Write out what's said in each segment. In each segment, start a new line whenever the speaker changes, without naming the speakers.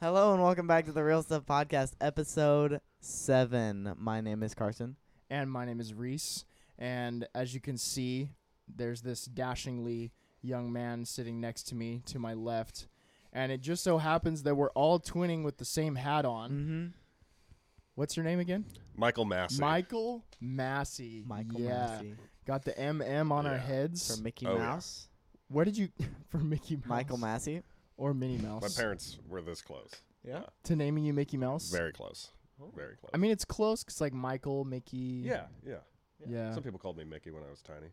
Hello and welcome back to the Real Stuff Podcast, episode seven. My name is Carson.
And my name is Reese. And as you can see, there's this dashingly young man sitting next to me to my left. And it just so happens that we're all twinning with the same hat on.
Mm-hmm.
What's your name again?
Michael Massey.
Michael Massey.
Michael
yeah.
Massey
Got the MM on our
Yeah.
heads.
from Mickey
Oh, yeah.
Mouse.
Where did you for Mickey Mouse?
Michael Massey.
or Minnie Mouse?
My parents were this close.
Yeah.
To naming you Mickey Mouse.
Very close. Very close.
Oh. I mean, it's close because like Michael, Mickey.
yeah, yeah,
Yeah.
Some people called me Mickey when I was tiny.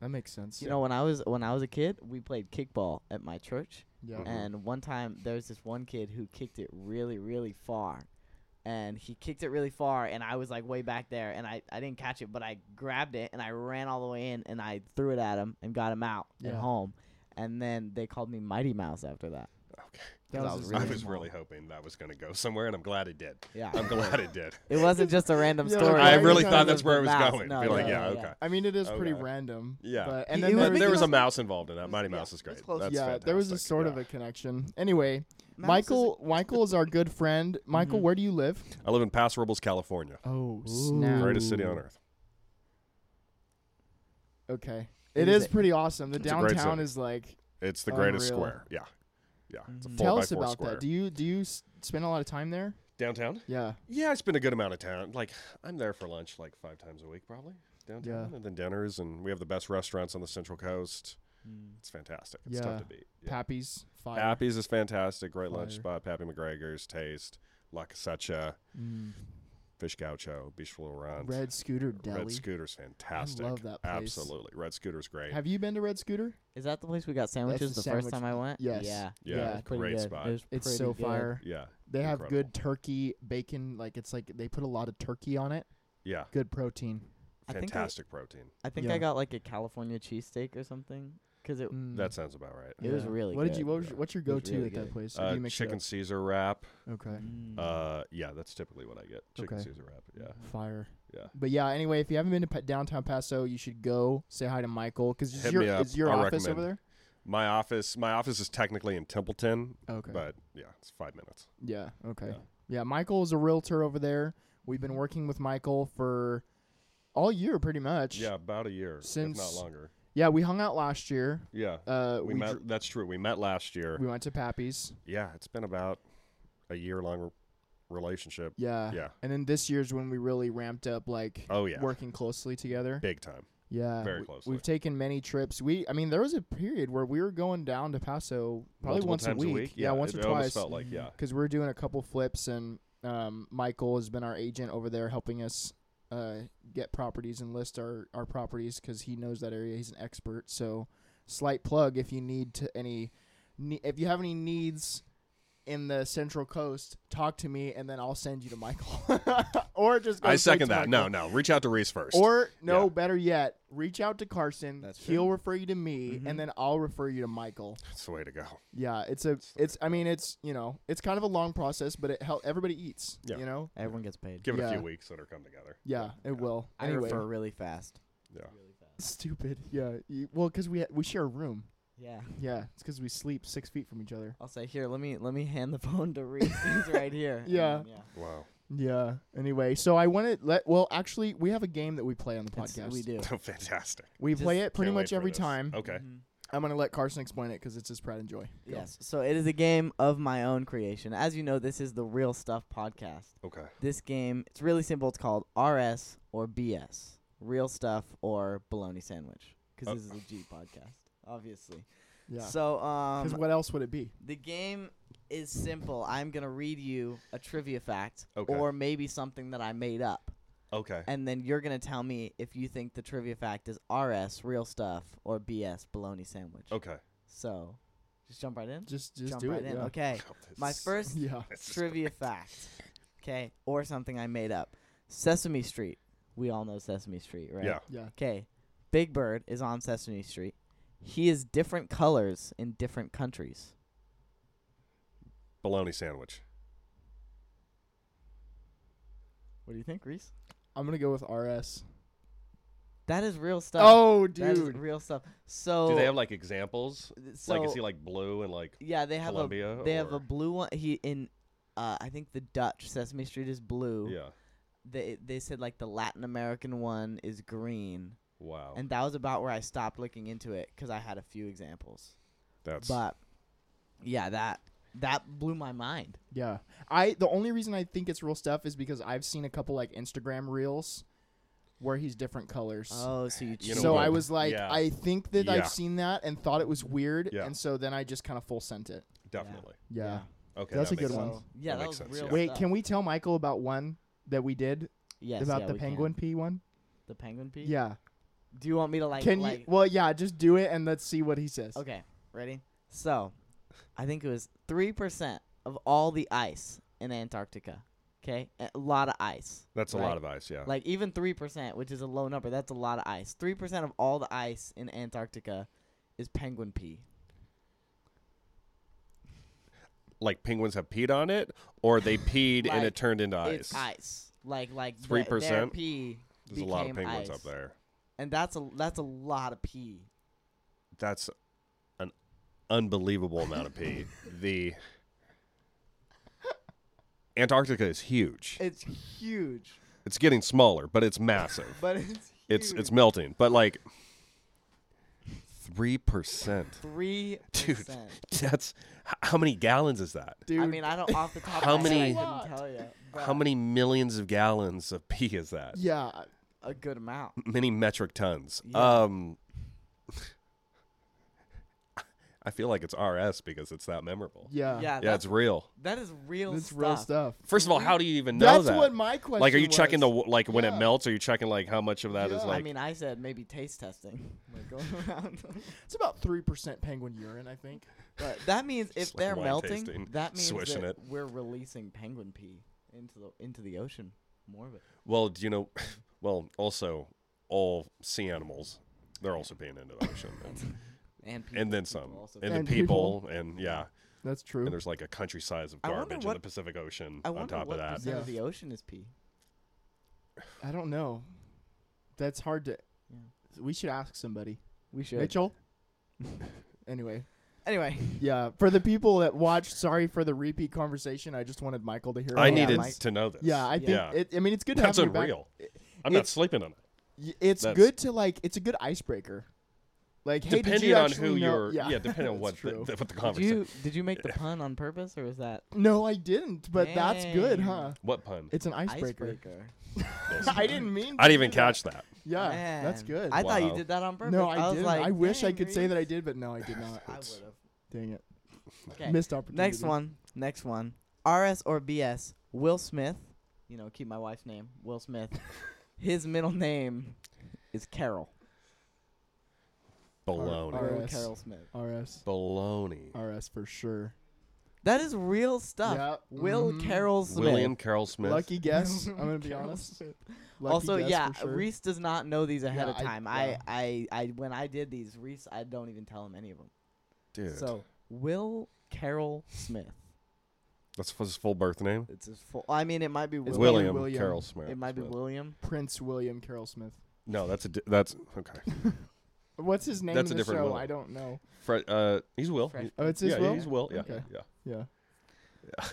That makes sense.
You know, when I was when I was a kid, we played kickball at my church,
Yeah.
Mhm.
and one time there was this one kid who kicked it really, really far, and he kicked it really far, and I was like way back there, and I I didn't catch it, but I grabbed it and I ran all the way in and I threw it at him and got him out at
Yeah.
home, and then they called me Mighty Mouse after that.
Okay.
That
'cause
was
I was
his
really
I was
name.
really hoping that was going to go somewhere, and I'm glad it did.
Yeah.
I'm glad it did.
It wasn't just a random
Yeah, like,
story.
I
why
really
is
thought
that
that's
just
where
a
it was
mouse?
going.
No,
Be like,
yeah,
yeah,
yeah.
okay.
I mean, it is pretty
Okay.
random.
Oh, Yeah.
But, and
It- it
then
But
there,
was
there was a
close.
mouse involved in that. Mighty
Yeah,
Mouse is
it was
great.
close.
That's
yeah,
fantastic.
there was a sort
yeah.
of a connection. Anyway,
Mouse
Michael, Michael is our good friend. Michael,
Mhm.
where do you live?
I live in Paso Robles, California.
Oh,
Ooh.
Greatest city on earth.
Okay,
It
it
is
is
a-
pretty awesome. The
It's a great
downtown
city.
is like.
It's the greatest
Unreal. Mm-hmm.
square. Yeah. Yeah. It's a
Mhm.
four
Tell
by
us
four
about
square.
that. Do you do you s- spend a lot of time there?
Downtown?
Yeah.
Yeah, I spend a good amount of time. Like I'm there for lunch like five times a week probably. Downtown and then dinners and we have the best restaurants on the central coast.
Hmm.
It's fantastic. It's
Yeah.
tough to beat. Yeah.
Pappy's fire.
Pappy's is fantastic. Great lunch
Fire.
spot. Pappy McGregor's Taste, La Casacha,
Mm.
Fish Gaucho, Beach Laurent.
Red Scooter Deli.
Red Scooter's fantastic.
that place.
Absolutely. Red Scooter's great.
Have you been to Red Scooter?
Is that the place we got sandwiches
the
the
sandwich-
first time I went?
yes.
Yeah.
Yeah,
yeah,
it was pretty
great
good.
spot.
It was
It's
pretty
so
good.
fire.
yeah.
They have
Incredible.
good turkey, bacon. Like it's like they put a lot of turkey on it.
Yeah.
Good protein.
I think I-
Fantastic protein.
I think
Yeah.
I got like a California cheesesteak or something because it
Mm.
That sounds about right.
it was
Yeah.
really
What did you?
good.
What was your, what's your
It was
go-to
really
at that
good.
place? Or do
Uh,
you mix it
chicken
up?
Caesar wrap.
Okay.
Mm.
Uh, yeah, that's typically what I get. Chicken
Okay. Mm.
Caesar wrap. Yeah,
Fire.
yeah.
But yeah. Anyway, if you haven't been to pa- downtown Paso, you should go say hi to Michael because is
Hit
your
me up.
is your
I
office
recommend.
over there?
My office, my office is technically in Templeton,
Okay.
but yeah, it's five minutes.
yeah. Okay. Yeah.
Yeah.
Michael is a realtor over there. We've been working with Michael for all year, pretty much.
Yeah, about a year, if
Since-
not longer.
Yeah. We hung out last year.
Yeah,
Uh,
we,
we
met.
dr-
that's true. We met last year.
we went to Pappy's.
yeah, it's been about a year long re- relationship.
Yeah.
Yeah.
And then this year's when we really ramped up, like
Oh yeah,
working closely together.
big time.
Yeah,
Very
we-
closely.
We've taken many trips. We, I mean, there was a period where we were going down to Paso probably
Multiple
once
times
a, week. Yeah, once
it
or twice.
almost Felt like yeah,
Because we were doing a couple flips, and um, Michael has been our agent over there, helping us uh, get properties and list our our properties because he knows that area. He's an expert. So, slight plug if you need to any, ne- if you have any needs. In the Central Coast, talk to me, and then I'll send you to Michael, or just. Go
I
straight
second
to
that.
Michael.
No, no. Reach out to Reese first.
Or no,
Yeah.
better yet, reach out to Carson.
That's
He'll refer you to me,
Mhm.
and then I'll refer you to Michael.
that's the way to go.
Yeah, it's a,
the
it's. I mean, it's you know, it's kind of a long process, but it help everybody eats.
Yeah.
You know.
Everyone gets paid.
Give it a
Yeah.
few weeks, that are come together.
Yeah, it will.
I
anyway,
refer really fast.
Yeah.
stupid. Yeah. You, well, because we ha- we share a room.
Yeah.
Yeah, it's because we sleep six feet from each other.
I'll say here. Let me let me hand the phone to Reese. He's right here. and
Yeah.
then, yeah.
Wow.
Yeah. Anyway, so I want to let. Well, actually, we have a game that we play on the
It's- uh,
podcast.
We do.
Fantastic.
We
Just
play it pretty
Can't wait
much
for
every
this.
time.
Mm-hmm. Okay.
Mhm.
I'm gonna let Carson explain it because it's his pride and joy. Go.
Yes. So it is a game of my own creation. As you know, this is the Real Stuff podcast.
Okay.
This game, it's really simple. It's called RS or BS. Real Stuff or Bologna Sandwich. Because
Oh.
this is a G podcast, obviously.
Yeah.
So,
'Cause
um,
what else would it be?
The game is simple. I'm gonna read you a trivia fact,
Okay.
or maybe something that I made up,
Okay.
and then you're gonna tell me if you think the trivia fact is RS real stuff or BS bologna sandwich.
Okay.
So, just jump right in.
Just just
jump
do
right
it.
in.
yeah.
Okay. My first
Yeah.
This is
trivia fact. Okay, or something I made up. Sesame Street. We all know Sesame Street, right?
Yeah.
Yeah.
Okay. Big Bird is on Sesame Street. He is different colors in different countries.
Bologna sandwich.
What do you think, Reese?
I'm gonna go with RS.
That is real stuff.
Oh,
that is
dude.
real stuff. So
Do they have like examples?
Oh. so
like is he like blue and like
yeah, they have
Colombia?
a they have
or-
a blue one. He in uh, I think the Dutch Sesame Street is blue.
Yeah.
They they said like the Latin American one is green,
Wow.
and that was about where I stopped looking into it because I had a few examples.
That's
But yeah, that that blew my mind.
Yeah. I the only reason I think it's real stuff is because I've seen a couple like Instagram reels where he's different colors.
Oh, so you,
You know
so
what?
I was like,
Yeah.
I think that
Yeah.
I've seen that and thought it was weird,
Yeah.
and so then I just kind of full sent it.
definitely.
Yeah.
Okay.
That's
that
a good
makes
one.
sense.
yeah,
That
that, was
makes sense,
real.
yeah.
Wait,
stuff.
can we tell Michael about one that we did
Yes,
about
yeah,
the
we can.
penguin pee one?
the penguin piece?
Yeah.
Do you want me to like?
can
like
you? Well, yeah. Just do it and let's see what he says.
Okay, ready? So, I think it was 3% of all the ice in Antarctica. Okay? A lot of ice.
That's a
right?
lot of ice, yeah.
Like, even 3%, which is a low number, that's a lot of ice. 3% of all the ice in Antarctica is penguin pee.
like penguins have peed on it or they peed and
Like,
it turned into ice.
It's ice. Like, like the- their
3%?
pee.
There's a lot of
became
penguins
ice.
up there.
And that's a, that's a lot of pee.
That's an unbelievable amount of pee. the Antarctica is huge.
It's huge.
It's getting smaller, but it's massive.
But it's
It's it's melting, but like 3%.
3%.
Dude, that's h- how many gallons is that?
Dude.
I mean, I don't off the top
How
of my head,
many-
I couldn't tell you.
How many millions of gallons of pee is that?
yeah.
A good amount.
Many metric tons.
Yeah.
Um I feel like it's RS because it's that memorable.
Yeah.
Yeah,
yeah,
that's
it's real.
That is real
That's
stuff.
real stuff.
First of all, how do you even know
That's
that?
what my question.
like, are you
was.
checking the w- like when it
Yeah.
melts? Are you checking like how much of that
Yeah.
is
I
like?
I mean, I said maybe taste testing. Like going around.
It's about three percent penguin urine, I think.
but that means if
Just like
they're
wine
melting,
tasting,
that means
swishing
that we're releasing penguin pee into the into the ocean. More of it.
well, do you know? Well, also, all sea animals, they're also peeing into the ocean, and,
And people,
Um, and then
people
some,
also
and then
And people.
people, and yeah,
That's true.
and there's like a country size of
I wonder
garbage in
what-
the Pacific Ocean
I
on
wonder
top of
what
that.
percent of
Yeah.
the ocean is pee.
I don't know. That's hard to.
Yeah.
We should ask somebody.
We should.
Mitchell. anyway,
Anyway,
yeah. For the people that watched, sorry for the repeat conversation. I just wanted Michael to hear.
I
all that.
needed
Mike.
to know this.
Yeah, I think
Yeah.
It, I mean it's good to
that's
have you
unreal.
back.
I'm not
It's-
sleeping on it.
Y- It's
That's-
good to like. It's a good icebreaker. Like, hey, did
depending
you
on
actually
who
know-
you're, yeah, depending on
that's
what the,
true.
the, what the
did
conversation.
you did you make the pun on purpose or was that
no, I didn't. But that's good,
Dang.
huh?
What pun?
It's an icebreaker.
icebreaker?
I didn't mean.
I
to
didn't even
do that.
catch that.
Yeah, that's
Man.
good.
I thought you
Wow.
did that on purpose.
no, I,
was
didn't.
Like,
I wish I
dang,
could say that I
Reeves.
did, but no, I did not.
I would
It's-
have.
Dang it.
Okay.
Missed opportunity.
Next one. Next one. RS or BS. Will Smith. You know, keep my wife's name. Will Smith. His middle name is Carol.
Baloney.
R-
Will
RS.
Carol Smith.
RS.
Baloney.
RS for sure.
That is real stuff.
Yep.
Will
Mhm.
Carol Smith.
William Carroll Smith.
Lucky guess. I'm gonna be
Carol
honest.
Smith.
Lucky
also,
guess
yeah,
for sure.
Reese does not know these ahead
Yeah,
of
I-
time. I,
yeah.
I, I, when I did these, Reese, I don't even tell him any of them.
Dude.
So, Will Carol Smith.
That's his full birth name?
It's his full. I mean, it might be
It's
Will.
probably
William,
William.
Carroll Smith.
It might be
Smith.
William.
Prince William Carroll Smith.
No, that's a di- that's okay.
What's his name
That's
in
a
the
different
show?
Will.
I don't know.
Fred, uh, he's Will.
Fresh,
He's-
Oh, it's his
yeah,
Will.
yeah, he's Will. Yeah,
Okay.
yeah.
Yeah.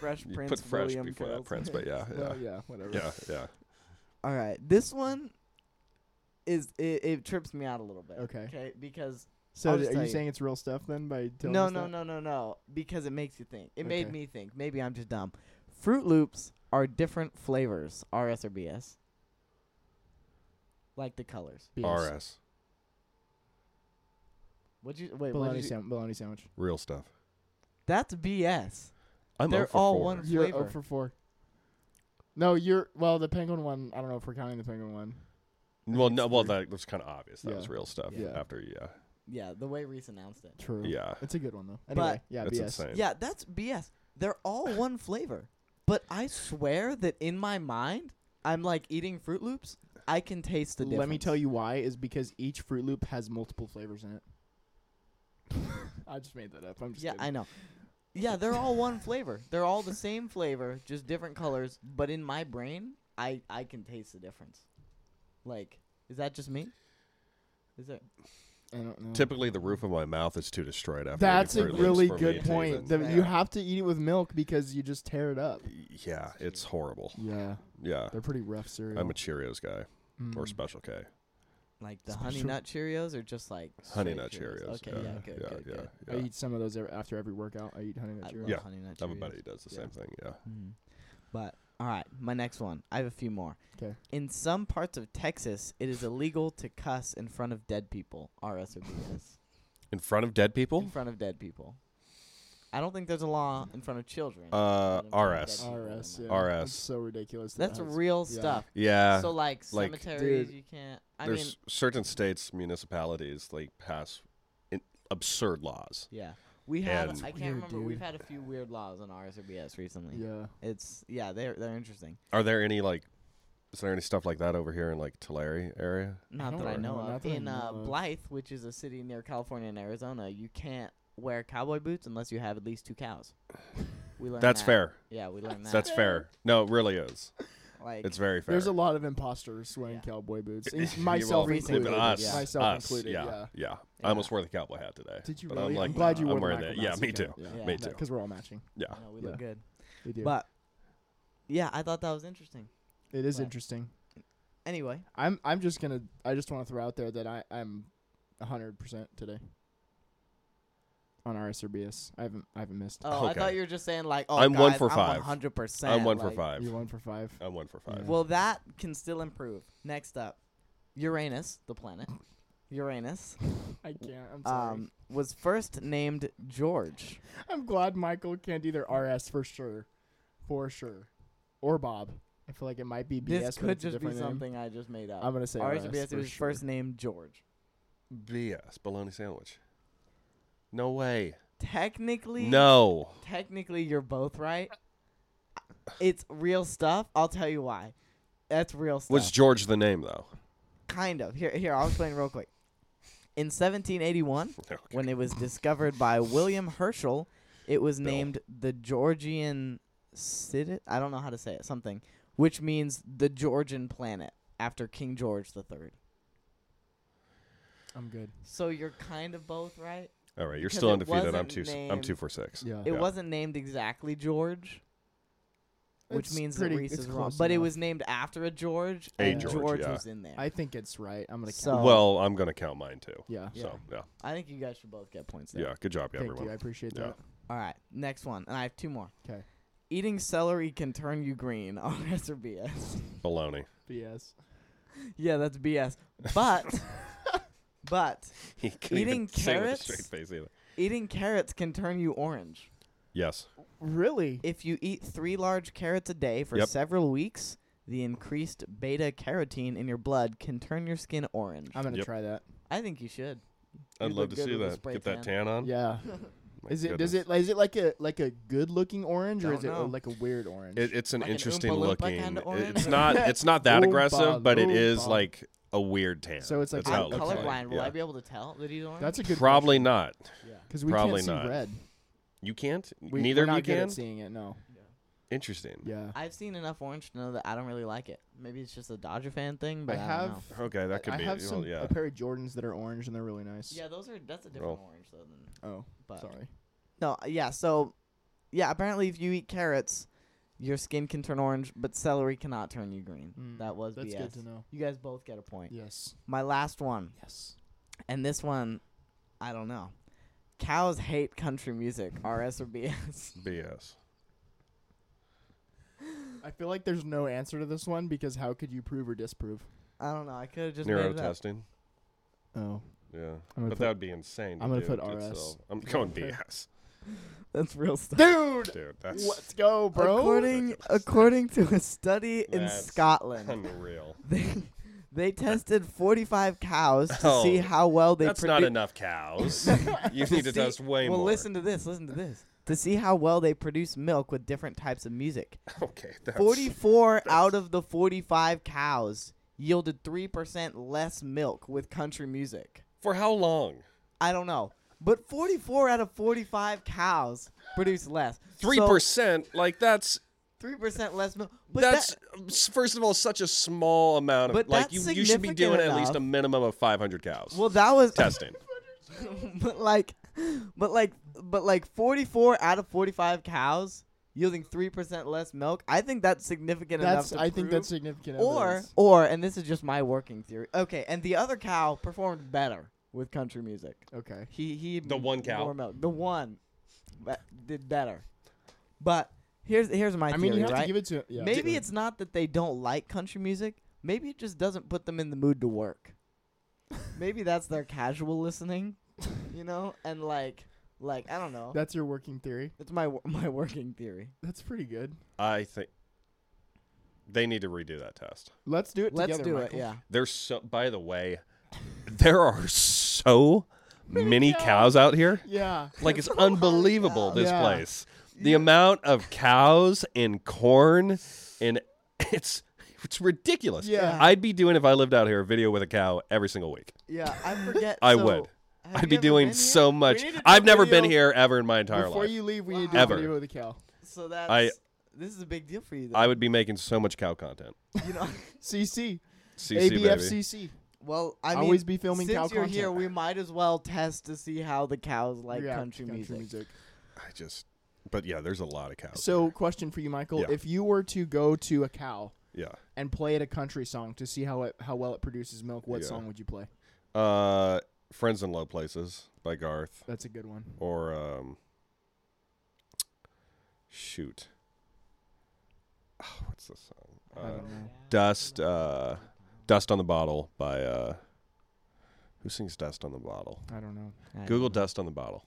Fresh
You
Prince
put Fresh
William
before
Carol
that Prince,
Smith.
but yeah, yeah,
Well, yeah. Whatever.
yeah, yeah.
All right, this one is it, it trips me out a little bit.
Okay.
Okay, because
So
I'll
th-
just
are
tell
you
you.
saying it's real stuff then by telling
no,
us
no,
that?
no, no, no, because it makes you think. It made
Okay.
me think. Maybe I'm just dumb. Fruit Loops are different flavors, RS or BS. Like the colors.
BS.
RS,
Would you wait? What
Bologna,
did you,
sam- bologna sandwich.
real stuff.
that's BS.
I'm
They're
0 for
all
4.
one-
You're
Flavor.
oh for four. No, you're well. The penguin one. I don't know if we're counting the penguin one.
Well,
think
no,
it's
well,
three.
that was kind of obvious. That
Yeah.
was real stuff.
Yeah.
After, yeah,
Yeah, the way Reese announced it.
True.
yeah.
It's a good one though. Anyway, yeah.
that's
BS.
insane.
Yeah, that's BS. They're all one flavor. But I swear that in my mind, I'm like eating Fruit Loops. I can taste the difference.
Let me tell you why is because each Fruit Loop has multiple flavors in it. I just made that up. I'm just
Yeah,
kidding.
I know. Yeah, they're all one flavor. They're all the same flavor, just different colors. But in my brain, I I can taste the difference. Like Is that just me? Is there?
I don't
Mm.
know.
Typically, the roof of my mouth is too destroyed after.
That's
the
a
fruit loops
really
for me
good
to
point.
even-
The-
Yeah.
you have to eat it with milk because you just tear it up.
yeah, it's horrible.
Yeah,
Yeah,
they're pretty rough cereal.
I'm a Cheerios guy or
Mm.
Special K.
Like the honey
Special-
nut Cheerios or just like
Honey
straight
Nut Cheerios.
Okay,
yeah,
yeah,
yeah,
good,
yeah,
good,
yeah,
good.
yeah.
I eat some of those ev- after every workout. I eat honey nut
I
Cheerios.
love honey nut Cheerios.
I have a buddy who does the
Yeah.
same thing. Yeah.
Mhm. But all right, my next one. I have a few more.
'Kay.
In some parts of Texas, it is illegal to cuss in front of dead people. R S O B S.
In front of dead
In
people?
front of dead people. I don't think there's a law in front of children.
Uh,
but in front of
RS.
dead people,
RS,
there
yeah.
might.
RS.
That's so ridiculous. that
That's
has-
real
yeah.
stuff.
Yeah.
so like,
like-
cemeteries,
Dude,
you can't. I
There's
mean,
certain states, municipalities, like pass in absurd laws.
yeah. We have.
And-
I can't
Weird,
remember. We've
dude.
had a few weird laws on RSOBS recently.
Yeah.
It's yeah. They're they're interesting.
Are there any like? Is there any stuff like that over here in like Tulare area?
Not
don't
that I
know,
know
not
of.
that I
In
know
uh,
of.
Blythe, which is a city near California and Arizona, you can't wear cowboy boots unless you have at least two cows. We learned
That's
that.
fair.
Yeah, we learned that.
That's fair. No, it really is.
like
It's very fair.
There's a lot of imposters wearing
Yeah.
cowboy boots,
Yeah,
in- myself
well,
included.
Even us,
yeah.
Myself
us,
included.
Yeah,
yeah.
I almost wore the cowboy hat today.
Did you
but
really?
I'm, like,
glad you
nah,
wore
I'm
the
wearing
Michael
that. Yeah,
Jackson
me
cap.
too.
Yeah.
Yeah.
Me too.
Because we're all matching.
Yeah,
I know, we look
Yeah.
good.
We do.
But yeah, I thought that was interesting.
it is
but-
interesting.
Anyway,
I'm I'm just gonna I just want to throw out there that I I'm hundred percent today on RSRBS. I haven't I haven't missed.
oh, I
Okay.
thought you were just saying like, oh,
I'm one
guys,
for
I'm
five.
100%.
I'm one for
like-
five.
You're one for five.
I'm one for five.
Well, that can still improve. Next up, Uranus, the planet. Uranus
I can't. I'm sorry.
um, was first named George.
I'm glad Michael can't either RS for sure, for sure, or Bob. I feel like it might be BS.
This
but
could
it's a
just be
different name.
something I just made up.
I'm gonna say RS.
RSBS
for
was
sure.
first named George.
BS bologna sandwich. No way.
Technically,
No.
Technically, you're both right. It's real stuff. I'll tell you why. That's real stuff.
Was George the name though?
kind of here. Here, I'll explain real quick. In 1781,
Okay.
when it was discovered by William Herschel, it was
Bill.
named the Georgian Cid. I don't know how to say it. Something, which means the Georgian planet after King George the Third.
I'm good.
So you're kind of both right.
All right, you're
Because
still
it
undefeated. I'm
wasn't
two. I'm
named-
two for six.
Yeah.
It
Yeah.
wasn't named exactly George, which
It's
means
pretty-
that Reese
it's
is wrong.
close
But it
enough.
was named after a George,
A
and
George,
George,
yeah.
was in there.
I think it's right. I'm gonna.
So-
count.
Well, I'm gonna count mine too.
yeah.
Yeah.
So yeah,
I think you guys should both get points there.
yeah. Good job,
Thank
everyone.
you. I appreciate
Yeah.
that.
All right, next one, and I have two more.
'Kay.
Eating celery can turn you green. Oh, RS or BS?
Bologna.
BS.
yeah, that's BS. But, but
He couldn't
Eating
even say it with a
carrots?
straight face either.
eating carrots can turn you orange.
Yes.
Really?
If you eat three large carrots a day for
Yep.
several weeks, the increased beta carotene in your blood can turn your skin orange.
I'm gonna
Yep.
try that.
I think you should.
I'd
You
love
look
to
good
see
with a
that.
spray
Get that tan on.
Yeah.
My
Is it
goodness.
does it is it like a like a good looking orange or
Don't
is it a-
know.
like a weird orange?
It, it's an
Like an Oompa
interesting
Loompa
looking.
kinda
it-
orange?
it's not. It's not that
Oompa
aggressive, but it is
Loompa.
like a weird tan.
So it's like
That's how
I'm
it looks like,
colorblind. Will
yeah.
I be able to tell that he's orange?
That's a good
Probably not.
because we
probably
can't see
not.
red.
You can't.
We,
Neither
we're
of
not
you
good
can.
at seeing it. No.
Interesting.
Yeah.
I've seen enough orange to know that I don't really like it. Maybe it's just a Dodger fan thing, but I,
I
don't
have
know.
Okay, that could
I
be.
have
well,
some
yeah.
a pair of Jordans that are orange and they're really nice.
Yeah, those are that's a different
Well.
orange though. Than,
Oh,
but
sorry.
no, yeah. So yeah, apparently if you eat carrots, your skin can turn orange, but celery cannot turn you green.
Mm,
that was
That's
BS.
good to know.
You guys both get a point.
Yes.
My last one,
Yes.
and this one, I don't know. Cows hate country music. RS or BS?
BS.
I feel like there's no answer to this one because how could you prove or disprove?
I don't know. I could have just made it up.
Neurotesting.
Oh,
Yeah.
I'm gonna
But
put-
that would be insane. to
I'm gonna
do
put
it
RS.
itself. I'm going
Okay.
BS.
That's real stuff.
dude,
Dude, that's
let's go, bro.
According according to a study in
That's
Scotland,
unreal.
they, they tested 45 cows to see
Oh,
how well they
that's not
produ-
enough cows. you need
see-
to test way
Well,
more.
listen to this. Listen to this. To see how well they produce milk with different types of music.
Okay, that's
44 out of the 45 cows yielded 3% less milk with country music.
for how long?
I don't know. But 44 out of 45 cows produce less.
Three
So-
percent. Like that's
three percent less milk. But that-
that's s- first of all such a small amount of
But
like
that's
you, you should be
significant
doing at least
enough.
a minimum of 500 cows
well, that was
testing.
but like, but like, but like, forty-four out of forty-five cows yielding three percent less milk. I think that's significant
That's.
enough. to
I think
prove-
that's significant.
Or,
evidence.
or, and this is just my working theory. Okay, and the other cow performed better with country music.
okay.
He he.
The one cow.
More milk. The one, that did better. But here's here's my
I
theory,
mean, you have
right?
to give it to. Yeah.
Maybe it's not that they don't like country music. Maybe it just doesn't put them in the mood to work. Maybe that's their casual listening, you know, and like, like I don't know.
That's your working theory.
It's my wor- my working theory.
That's pretty good.
I think they need to redo that test.
Let's do it
Let's
together.
do
Michael.
it. Yeah.
There's so by the way, there are so many cows out here.
Yeah.
Like
Oh
it's unbelievable this
Yeah.
place. The amount of cows and corn and it's it's ridiculous.
Yeah.
I'd be doing if I lived out here a video with a cow every single week.
Yeah, I forget.
I
so,
would.
have you
I'd be
ever
doing
been here?
so much.
need to do
I've
a
never been
video
here ever in my entire
Before
life.
you leave, we need to do
Wow.
a
Ever.
video with the cow.
So that's this is a big deal for you. Though.
I would be making so much cow content.
you know.
CC.
CC baby.
ABFCC.
Well, I mean,
Always be filming
since
cow
you're
content.
here, we might as well test to see how the cows like
React to
country, music.
I just but yeah, there's a lot of cows.
So, question for you, Michael:
Yeah.
If you were to go to a cow
yeah.
and play it a country song to see how it how well it produces milk, what
Yeah.
song would you play?
Uh, Friends in Low Places by Garth,
That's a good one.
or um, shoot, oh, what's the song?
I
Uh,
don't know.
Dust, uh, Dust on the Bottle by uh, who sings Dust on the Bottle?
I don't know.
I
Google
don't know.
Dust on the Bottle.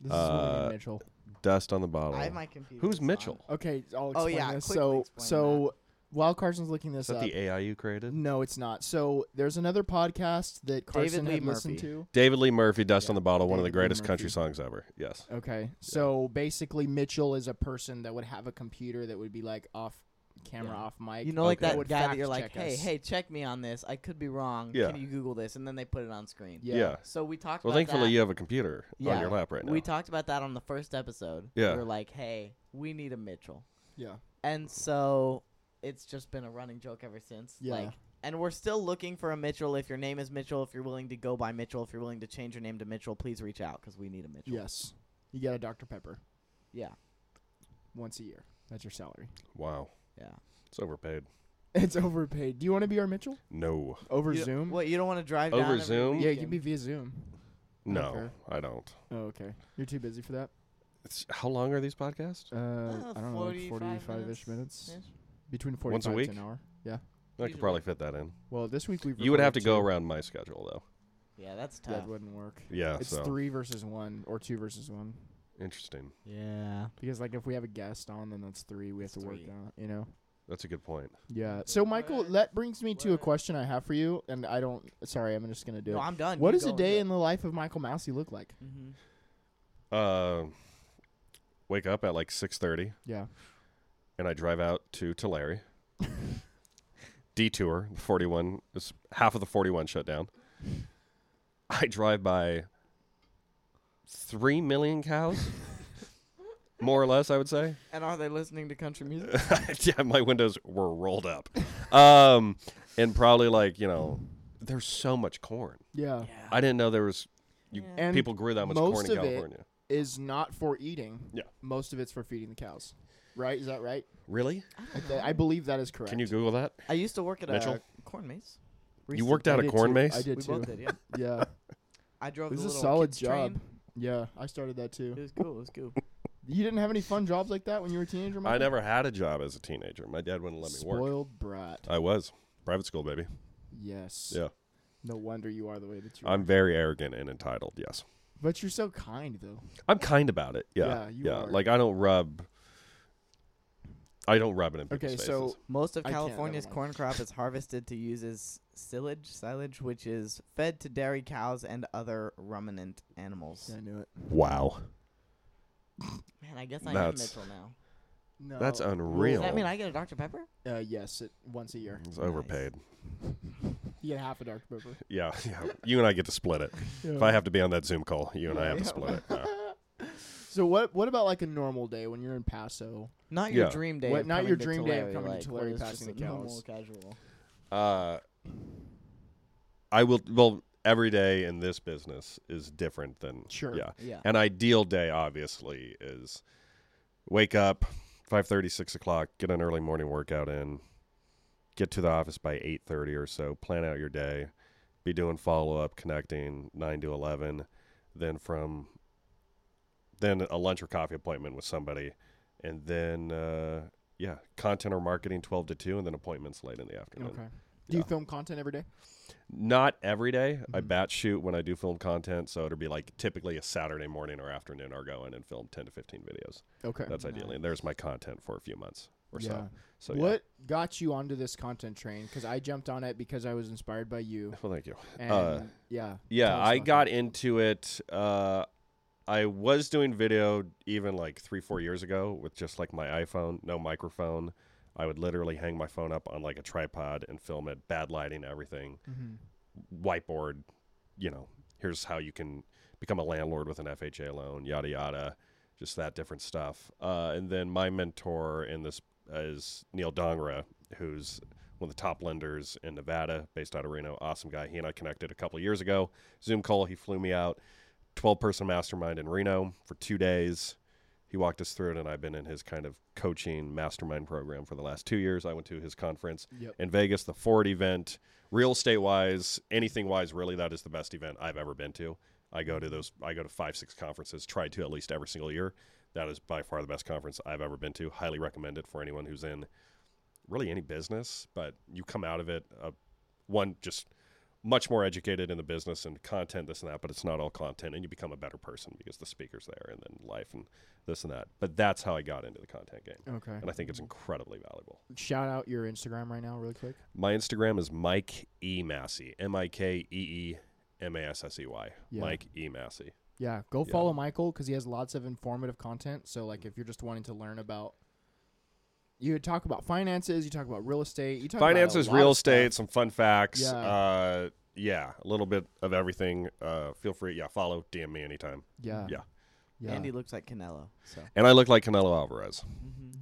This is William
Uh,
Mitchell.
Dust on the Bottle.
I have my computer.
Who's
It's on.
Mitchell?
Okay, I'll
oh,
explain
yeah,
this.
quickly
So,
explain
so while Carson's looking this
Is that
up,
the AI you created?
no, it's not. So there's another podcast that Carson
Lee
had listened
Murphy.
to.
David Lee Murphy, Dust on the Bottle, one of the
David Lee
greatest country
Murphy.
songs ever. Yes.
Okay, so basically Mitchell is a person that would have a computer that would be like off camera,
Yeah.
off mic.
You know, like
Okay.
that
Would
guy that you're like,
fact check
hey,
us.
hey, check me on this. I could be wrong.
Yeah.
Can you Google this? And then they put it on screen.
Yeah.
yeah.
So we talked
Well,
about
thankfully
that.
you have a computer
Yeah.
on your lap right now.
We talked about that on the first episode.
Yeah.
We were like, hey, we need a Mitchell.
yeah.
And so it's just been a running joke ever since.
Yeah.
Like and we're still looking for a Mitchell. If your name is Mitchell, if you're willing to go by Mitchell, if you're willing to change your name to Mitchell, please reach out because we need a Mitchell.
Yes. You get a Dr. Pepper
Yeah.
once a year. That's your salary.
wow,
Yeah.
it's overpaid.
It's overpaid. Do you want to be our Mitchell?
No,
Over
You-
Zoom?
What you don't want to drive down
over
every
Zoom.
yeah, you
weekend.
can be via Zoom.
No,
Okay.
I don't.
Oh, okay. You're too busy for that.
It's, how long are these podcasts?
Uh, I don't know, like
45
45-ish minutes.
ish.
Between 45
Once a
to
week?
an hour. Yeah.
I
Usually.
could probably fit that in.
Well, this week we've
You would have to
recorded
go
two.
around my schedule though.
Yeah, that's tough.
That wouldn't work.
Yeah,
It's
so
three versus one or two versus one.
interesting.
Yeah.
Because like if we have a guest on, then that's three. We have
It's
to work
three.
out, you know.
That's a good point.
Yeah. So Michael,
Word.
that brings me to a
Word.
question I have for you, and I don't. Sorry, I'm just gonna do
No,
it.
I'm done.
What
You
does a
go
day in
and
the life of Michael Massey look like?
do it. Mhm.
Uh, wake up at like six thirty,
Yeah.
and I drive out to Tulare. Detour forty one. It's half of the forty one shut down. I drive by three million cows, more or less. I would say.
And are they listening to country music?
yeah, my windows were rolled up. Um, and probably like you know, there's so much corn.
Yeah.
I didn't know there was you,
Yeah.
And
people grew that much
most
corn in
of it-
California.
is not for eating.
Yeah.
Most of it's for feeding the cows. Right? Is that right?
Really?
I, th- I believe that is correct.
Can you Google that?
I used to work at
Mitchell?
a corn maze.
You worked out
I
a
did
corn
too.
mace?
I did
we
too.
both did, yeah.
Yeah.
I drove
this
the
is a
little
solid
kids
job.
train.
Yeah, I started that
It
too.
was cool. It was cool.
You didn't have any fun jobs like that when you were a teenager, Michael?
I never had a job as a teenager. My dad wouldn't let me
Spoiled
work.
brat.
I was private school baby.
Yes.
Yeah.
No wonder you are the way that you are.
I'm very arrogant and entitled. Yes,
But you're so kind though.
I'm kind about it. Yeah,
Yeah, you are.
Like I don't rub. I don't rub it in people's
Okay,
faces.
so
Most of
I can't, never
California's
mind.
corn crop is harvested to use as silage, silage, which is fed to dairy cows and other ruminant animals.
I knew it.
wow,
Man, I guess I am
That's-
Mitchell now.
No.
that's
Does
unreal.
that mean I get a Dr. Pepper?
Uh, yes, it, once a year.
it's overpaid.
You get half a dark pepper.
Yeah, yeah. You and I get to split it. If I have to be on that Zoom call, you and I have to
Yeah.
split it. Yeah.
So what? What about like a normal day when you're in Paso?
Not your
Yeah.
dream day.
What-
of
not
coming
your
to
dream day
Tulare,
of coming to
like,
Tulare
what is
passing
just
the
a
cows.
normal casual.
Uh, I will. Well, every day in this business is different than
Sure.
Yeah,
Yeah.
an ideal day obviously is wake up 5.30 6 o'clock get an early morning workout in get to the office by 8.30 or so plan out your day be doing follow-up connecting 9 to 11 then from then a lunch or coffee appointment with somebody and then uh, yeah content or marketing 12 to 2 and then appointments late in the afternoon
Okay. Do you
Yeah.
film content every day?
not every day. I
Mhm.
bat shoot when I do film content, so it'll be like typically a Saturday morning or afternoon. I'll go in and film ten to fifteen videos.
Okay.
That's ideally, and there's my content for a few months or so. So yeah.
what got you onto this content train? Because I jumped on it because I was inspired by you.
Well, thank you.
And
Uh,
yeah.
Yeah,
Tell us
I
about
got into it. Uh, I was doing video even like three, four years ago with just like my iPhone, no microphone. I would literally hang my phone up on like a tripod and film it, bad lighting, everything.
Mhm.
whiteboard, you know, here's how you can become a landlord with an FHA loan, yada yada, just that different stuff. Uh, and then my mentor in this uh, is Neil Dongra, who's one of the top lenders in Nevada, based out of Reno. Awesome guy. He and I connected a couple of years ago. Zoom call. He flew me out. 12 person mastermind in Reno for two days. He walked us through it, and I've been in his kind of coaching mastermind program for the last two years. I went to his conference
Yep.
in Vegas, the Ford event, real estate wise, anything wise, really, that is the best event I've ever been to. I go to those, I go to five, six conferences, try to at least every single year. That is by far the best conference I've ever been to. Highly recommend it for anyone who's in really any business, but you come out of it, uh, one, just much more educated in the business and content, this and that, but it's not all content. And you become a better person because the speaker's there and then life and this and that. But that's how I got into the content game.
Okay.
And I think it's incredibly valuable.
Shout out your Instagram right now, really quick.
My Instagram is Mike E Massey. M I K E E M A S S E Y.
Yeah.
Mike E Massey.
Yeah, go
Yeah.
follow Michael because he has lots of informative content. So, like, if you're just wanting to learn about, you talk about finances, you talk about real estate, you talk
Finances,
about a lot
real
of stuff.
estate, some fun facts.
Yeah.
Uh, yeah, a little bit of everything. Uh, feel free. Yeah, follow, DM me anytime.
Yeah,
Yeah.
yeah.
Andy looks like Canelo. So. Mm-hmm.
And I look like Canelo Alvarez.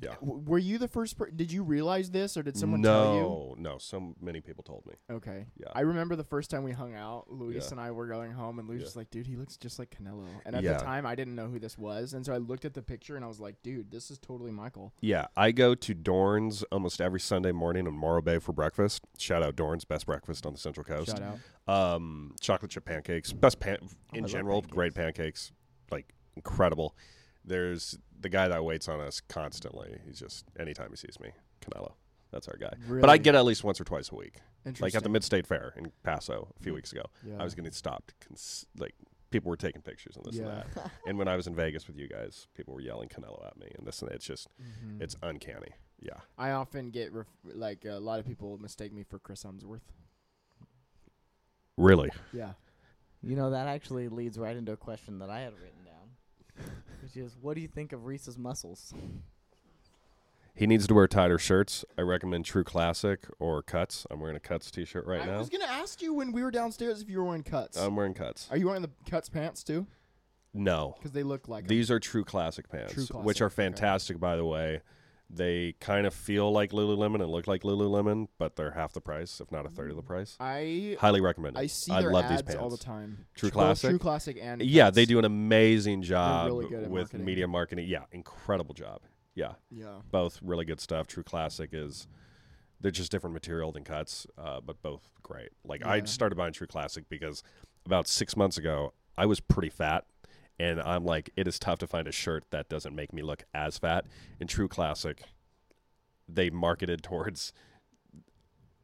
Yeah.
W- were you the first? Per- did you realize this, or did someone
no,
tell you?
No, so many people told me.
Okay.
Yeah.
I remember the first time we hung out, Luis
Yeah.
and I were going home, and Luis
Yeah.
was like, dude, he looks just like Canelo. And at
Yeah.
the time, I didn't know who this was. And so I looked at the picture and I was like, dude, this is totally Michael.
Yeah, I go to Dorn's almost every Sunday morning in Morro Bay for breakfast. Shout out Dorn's, best breakfast on the Central Coast.
Shout out.
um, chocolate chip pancakes. Best
Oh,
pan
I
in
love
general, great pancakes, like incredible. There's the guy that waits on us constantly. He's just anytime he sees me, Canelo. That's our guy.
Really
But I get at least once or twice a week. Like at
interesting. Mm-hmm.
the
Uh-huh.
Mid State Fair in Paso a few weeks ago,
yeah.
I was getting stopped. Cons- like people were taking pictures and this
Yeah.
and that. and when I was in Vegas with you guys, people were yelling Canelo at me and this and that. It's just
Mhm.
it's uncanny. Yeah.
I often get ref- like a lot of people mistake me for Chris Hemsworth.
Really.
Yeah.
You know that actually leads right into a question that I had written down, which is, what do you think of Reese's muscles?
He needs to wear tighter shirts. I recommend True Classic or Cuts. I'm wearing a Cuts t-shirt right
I
now. Um,
was gonna ask you when we were downstairs if you were wearing cuts.
I'm wearing cuts.
are you wearing the cuts pants too?
No,
Because they look like 'em.
these are true classic pants,
True
which
classic,
are
okay.
fantastic, by the way. They kind of feel like Lululemon and look like Lululemon, but they're half the price, if not a third of the price.
I
Highly recommended.
I see
I
their
love
ads
these pants.
all the time.
True
Both
Classic?
True classic, and
Yeah, they
Cuts.
do an amazing job
really good at
with
marketing.
media marketing. Yeah, incredible job. Yeah,
Yeah.
both really good stuff. True Classic is they're just different material than cuts, uh, but both great. Like I
Yeah.
started buying True Classic because about six months ago I was pretty fat, and I'm like, it is tough to find a shirt that doesn't make me look as fat. And True Classic, they marketed towards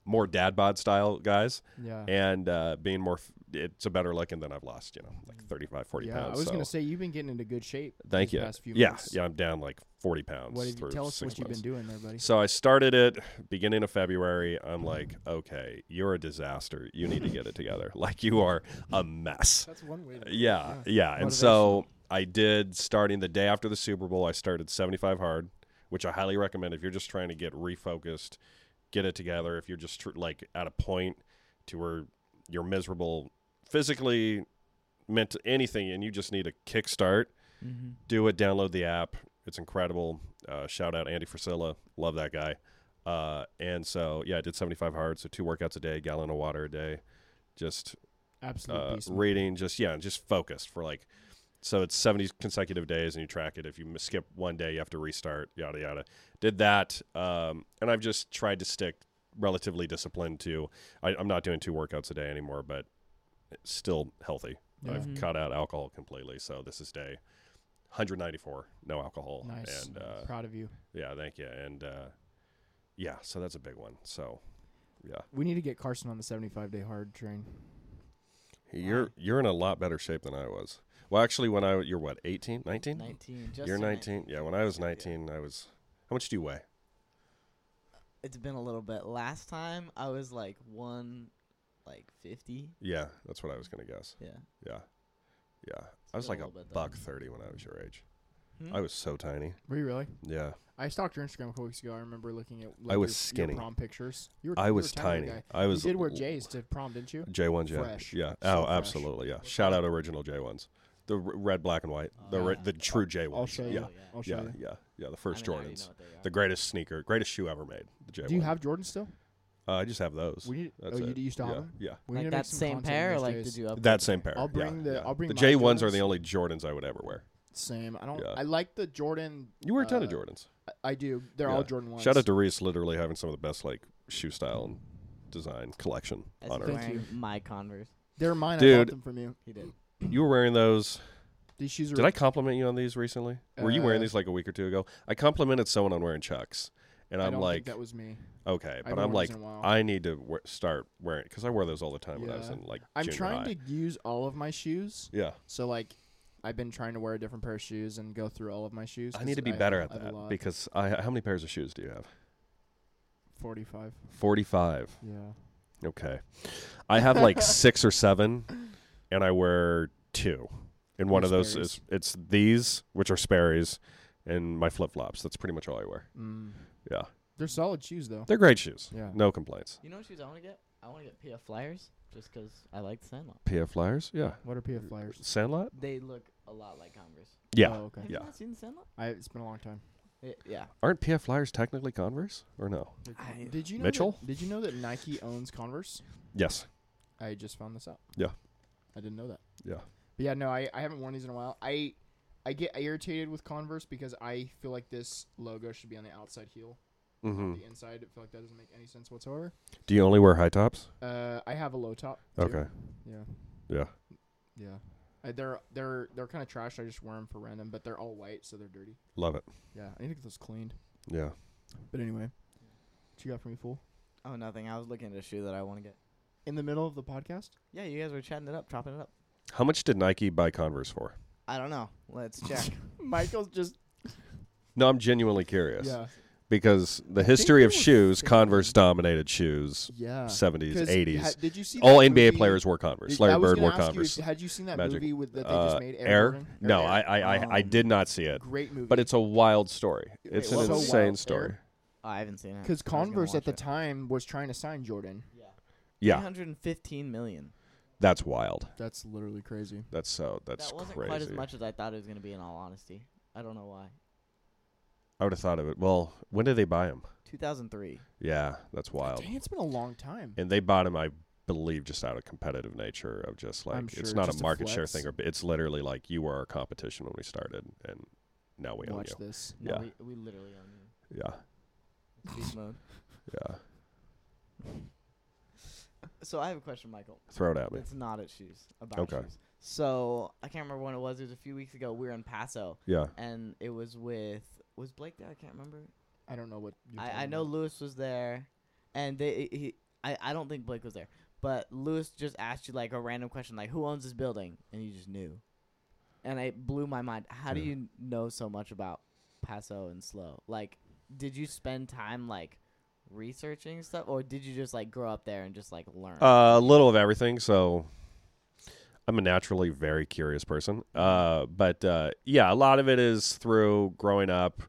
more dad bod style guys
Yeah.
and uh, being more f- it's a better looking than i've lost you know like 35 40
yeah,
pounds
I was
so
gonna say you've been getting into good shape.
thank
these
you
Past few
yeah
months.
yeah i'm down like 40 pounds
What have you,
through
tell us
six
what you've
months.
been doing there, buddy.
So I started it beginning of February. I'm like, okay, you're a disaster. You need to get it together. Like you are a mess.
That's one way.
Yeah, yeah. And so I did starting the day after the Super Bowl. I started 75 hard, which I highly recommend if you're just trying to get refocused, get it together. If you're just tr- like at a point to where you're miserable physically, meant anything, and you just need a kickstart.
Mm-hmm.
do it. Download the app. It's incredible. Uh, shout out Andy Frisilla. Love that guy. Uh, and so, yeah, I did 75 hard. So two workouts a day, gallon of water a day. Just
Absolute
uh,
beast.
reading, just, yeah, just focused for like, so it's 70 consecutive days and you track it. If you m- skip one day, you have to restart, yada, yada. Did that. Um, and I've just tried to stick relatively disciplined to, I, I'm not doing two workouts a day anymore, but still healthy.
Yeah. Mm-hmm.
I've
Mhm.
cut out alcohol completely. So this is day 194, no alcohol.
Nice.
And uh,
Proud of you.
yeah, thank you. And uh, yeah, so that's a big one. So yeah,
We need to get Carson on the 75 day hard train.
you're you're in a lot better shape than I was. Well, actually, when I you're what 18, 19?
19. Just
You're
in it.
19. Yeah, when I was 19, I was. How much do you weigh?
It's been a little bit. Last time I was like one, like 50.
Yeah, that's what I was gonna guess.
Yeah.
Yeah, yeah. I was
been
like
a
a
little bit, though.
buck thirty when I was your age.
Hmm?
I was so tiny.
Were you really?
Yeah,
I stalked your Instagram a couple weeks ago. I remember looking at like,
was
your- your
skinny.
prom pictures. You were,
I
you
was
were a tiny.
tiny.
guy.
I was.
you did wear
l-
J's to prom, didn't you?
J ones, yeah,
Fresh.
yeah.
So
oh,
fresh.
absolutely, yeah. Shout out original J ones, the r- red, black, and white, the
Oh,
re-
yeah.
the true J
I'll
ones.
show you.
Yeah,
I'll show
yeah,
you.
yeah, yeah. The first
I mean, I already
Jordans,
know what they
the
are.
greatest sneaker, greatest shoe ever made. The J.
Do you have Jordan still?
Uh, I just have those.
We need.
That's
oh, you
it.
you used to
yeah,
have them.
yeah.
We need
Like
to make
that
some
same
content
pair,
those
or like
days.
did you up?
That same pair.
I'll
yeah,
bring the-
yeah.
I'll bring
the
my
J ones are the
Jordans.
only Jordans I would ever wear.
Same. I don't.
Yeah.
I like the Jordan.
You wear a ton of
uh,
Jordans.
I- I do. They're
Yeah.
all Jordan ones.
Shout out to Reese, literally having some of the best like shoe style and design collection
As
on
he's
Thank
earth.
right.
wearing my Converse.
They're mine. I bought
Dude.
them from you.
He did.
You were wearing those.
These shoes are.
Did I compliment you on these recently? Were you wearing
Uh,
these like a week or two ago? I complimented someone on wearing Chucks, and
I
I'm
don't
like,
think that was me.
Okay,
I haven't
but I'm
worn
like,
these in a while.
I need to wear, start wearing because I wore those all the time when I was
Yeah.
in like.
I'm
junior
trying
high.
to use all of my shoes.
Yeah,
So like, I've been trying to wear a different pair of shoes and go through all of my shoes.
I
'cause
need to be
have-
better at
I have a
that
lot.
because I. How many pairs of shoes do you have?
Forty-five.
Forty-five.
Yeah.
Okay, I have like six or seven, and I wear two. And one
Or
of those
Sperry's.
is it's these, which are Sperry's, and my flip flops. That's pretty much all I wear.
Mm.
Yeah,
They're solid shoes though.
they're great shoes.
Yeah.
No complaints.
You know what shoes I want to get? I want to get PF Flyers just 'cause I like the Sandlot.
PF Flyers. Yeah.
What are PF Flyers?
Sandlot.
They look a lot like Converse.
Yeah.
Oh, okay.
Have
Yeah.
you not seen the Sandlot?
I, it's been a long time.
Y- yeah.
Aren't PF Flyers technically Converse or no?
They're
I-
Con- did you know
Mitchell?
That, did you know that Nike owns Converse?
Yes.
I just found this out.
Yeah.
I didn't know that.
Yeah.
But yeah, no, I, I haven't worn these in a while. I I get irritated with Converse because I feel like this logo should be on the outside heel,
Mm-hmm.
the inside. I feel like that doesn't make any sense whatsoever.
Do you only wear high tops?
Uh, I have a low top. too.
Okay.
Yeah.
Yeah.
Yeah. I, they're they're they're kind of trash. I just wear them for random, but they're all white, so they're dirty.
Love it.
Yeah, I need to get those cleaned.
Yeah.
But anyway, what you got for me, fool?
Oh, nothing. I was looking at a shoe that I want to get.
In the middle of the podcast,
Yeah, you guys were chatting it up, chopping it up.
How much did Nike buy Converse for?
I don't know. Let's check.
Michael's just
No, I'm genuinely curious.
yeah
Because the
think
history
they
of
were
shoes,
fifty.
Converse dominated shoes,
yeah.
70s,
'Cause
80s.
ha- did you see
All
that
NBA
movie-
players wore Converse.
Did- I
Larry
was
Bird
gonna
wore
ask you,
Converse.
had you seen that
Magic.
movie with that they
Uh,
just made? Air.
Air?
Jordan?
No,
Air.
I, I, I, I
Um,
did not see it.
Great movie.
But it's a wild story. It's
what
an
was-
insane
So wild,
story.
Eric?
Oh, I haven't seen it.
because
I was gonna
Converse at
watch
the
it.
time was trying to sign Jordan.
Three
Yeah,
hundred and fifteen million.
that's wild.
That's literally crazy.
That's so, that's
that wasn't
crazy.
quite as much as I thought it was gonna be. In all honesty, I don't know why.
I would have thought of it. Well, when did they buy him?
Two thousand three.
Yeah, that's wild.
Dang, it's been a long time.
and they bought him i believe just out of competitive nature of just like
I'm
it's
sure,
not
just
a
to
market share
flex.
thing or it's literally like you were our competition when we started and now we
Watch
own
this.
No,
Yeah.
we, we literally own you.
you yeah
It's beast mode.
yeah
So I have a question, Michael.
throw it at me
It's not at shoes. About
Okay.
shoes. So I can't remember when it was. It was a few weeks ago. We were in Paso,
yeah
and it was with was Blake there? I can't remember.
I don't know what. You're
I, I
talking
know
about.
Lewis was there, and they he I, I don't think Blake was there, but Lewis just asked you like a random question like who owns this building, and you just knew, and it blew my mind. How do
Yeah.
you know so much about Paso and Slow? Like, did you spend time like researching stuff, or did you just like grow up there and just like learn?
Uh, a little of everything. So I'm a naturally very curious person. Uh, but uh, yeah, a lot of it is through growing up,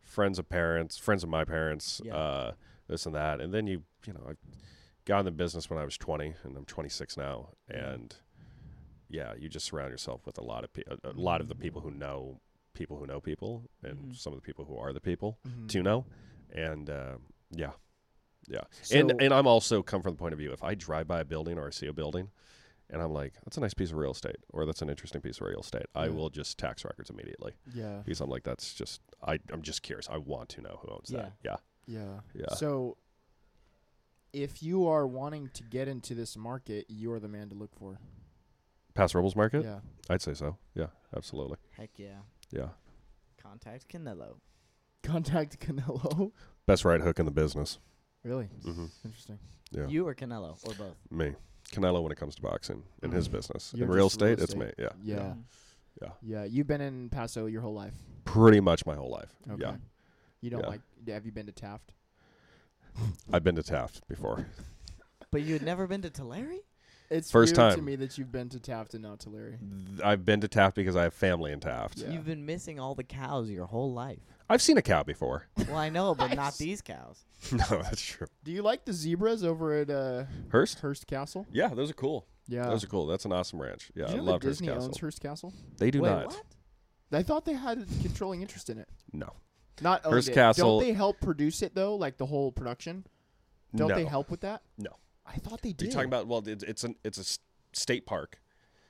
friends of parents, friends of my parents,
Yeah.
uh, this and that. And then you, you know, I got in the business when I was 20 and I'm 26 now.
Mhm.
And yeah, you just surround yourself with a lot of pe- a, a lot of the people who know people who know people, and
Mhm.
some of the people who are the people
Mhm.
to know, and uh, yeah,
So,
and and I'm also come from the point of view if I drive by a building or I see a building, and I'm like, that's a nice piece of real estate, or that's an interesting piece of real estate, I
Yeah.
will just tax records immediately
yeah,
because I'm like, that's just I I'm just curious. I want to know who owns that. Yeah,
yeah,
Yeah.
So, if you are wanting to get into this market, you're the man to look for.
Pass Rebels Market.
Yeah,
I'd say so. Yeah, absolutely.
Heck yeah.
Yeah,
Contact Canelo.
contact Canelo.
best right hook in the business.
really
Mm-hmm.
interesting.
Yeah.
You or Canelo or both.
me, Canelo, when it comes to boxing and his business.
Mm-hmm. You're
in real
just real
estate, it's me.
estate.
Yeah.
Yeah,
Mhm.
yeah. You've been in Paso your whole life.
pretty much my whole life.
Okay.
Yeah,
You don't
Yeah.
like? Have you been to Taft?
I've been to Taft before.
But you had never been to Tulare?
It's
First
weird to
time.
me that you've been to Taft and not to Larry.
Th- I've been to Taft because I have family in Taft.
Yeah.
You've been missing all the cows your whole life.
I've seen a cow before.
Well, I know, but not
Nice.
these cows.
no, that's true.
Do you like the zebras over at uh,
Hearst.
Hearst Castle?
Yeah, those are cool.
Yeah,
those are cool. That's an awesome ranch. Yeah,
Do you
I
know
love
that Disney
Hearst Castle.
owns Hearst Castle?
they do
Wait,
not.
what?
I thought they had a controlling interest in it.
No,
Not owned
Hearst
it.
Castle-
Don't they help produce it though? Like the whole production? Don't
no.
they help with that?
No.
I thought they did.
You're talking about well, it, it's an it's a s- state park,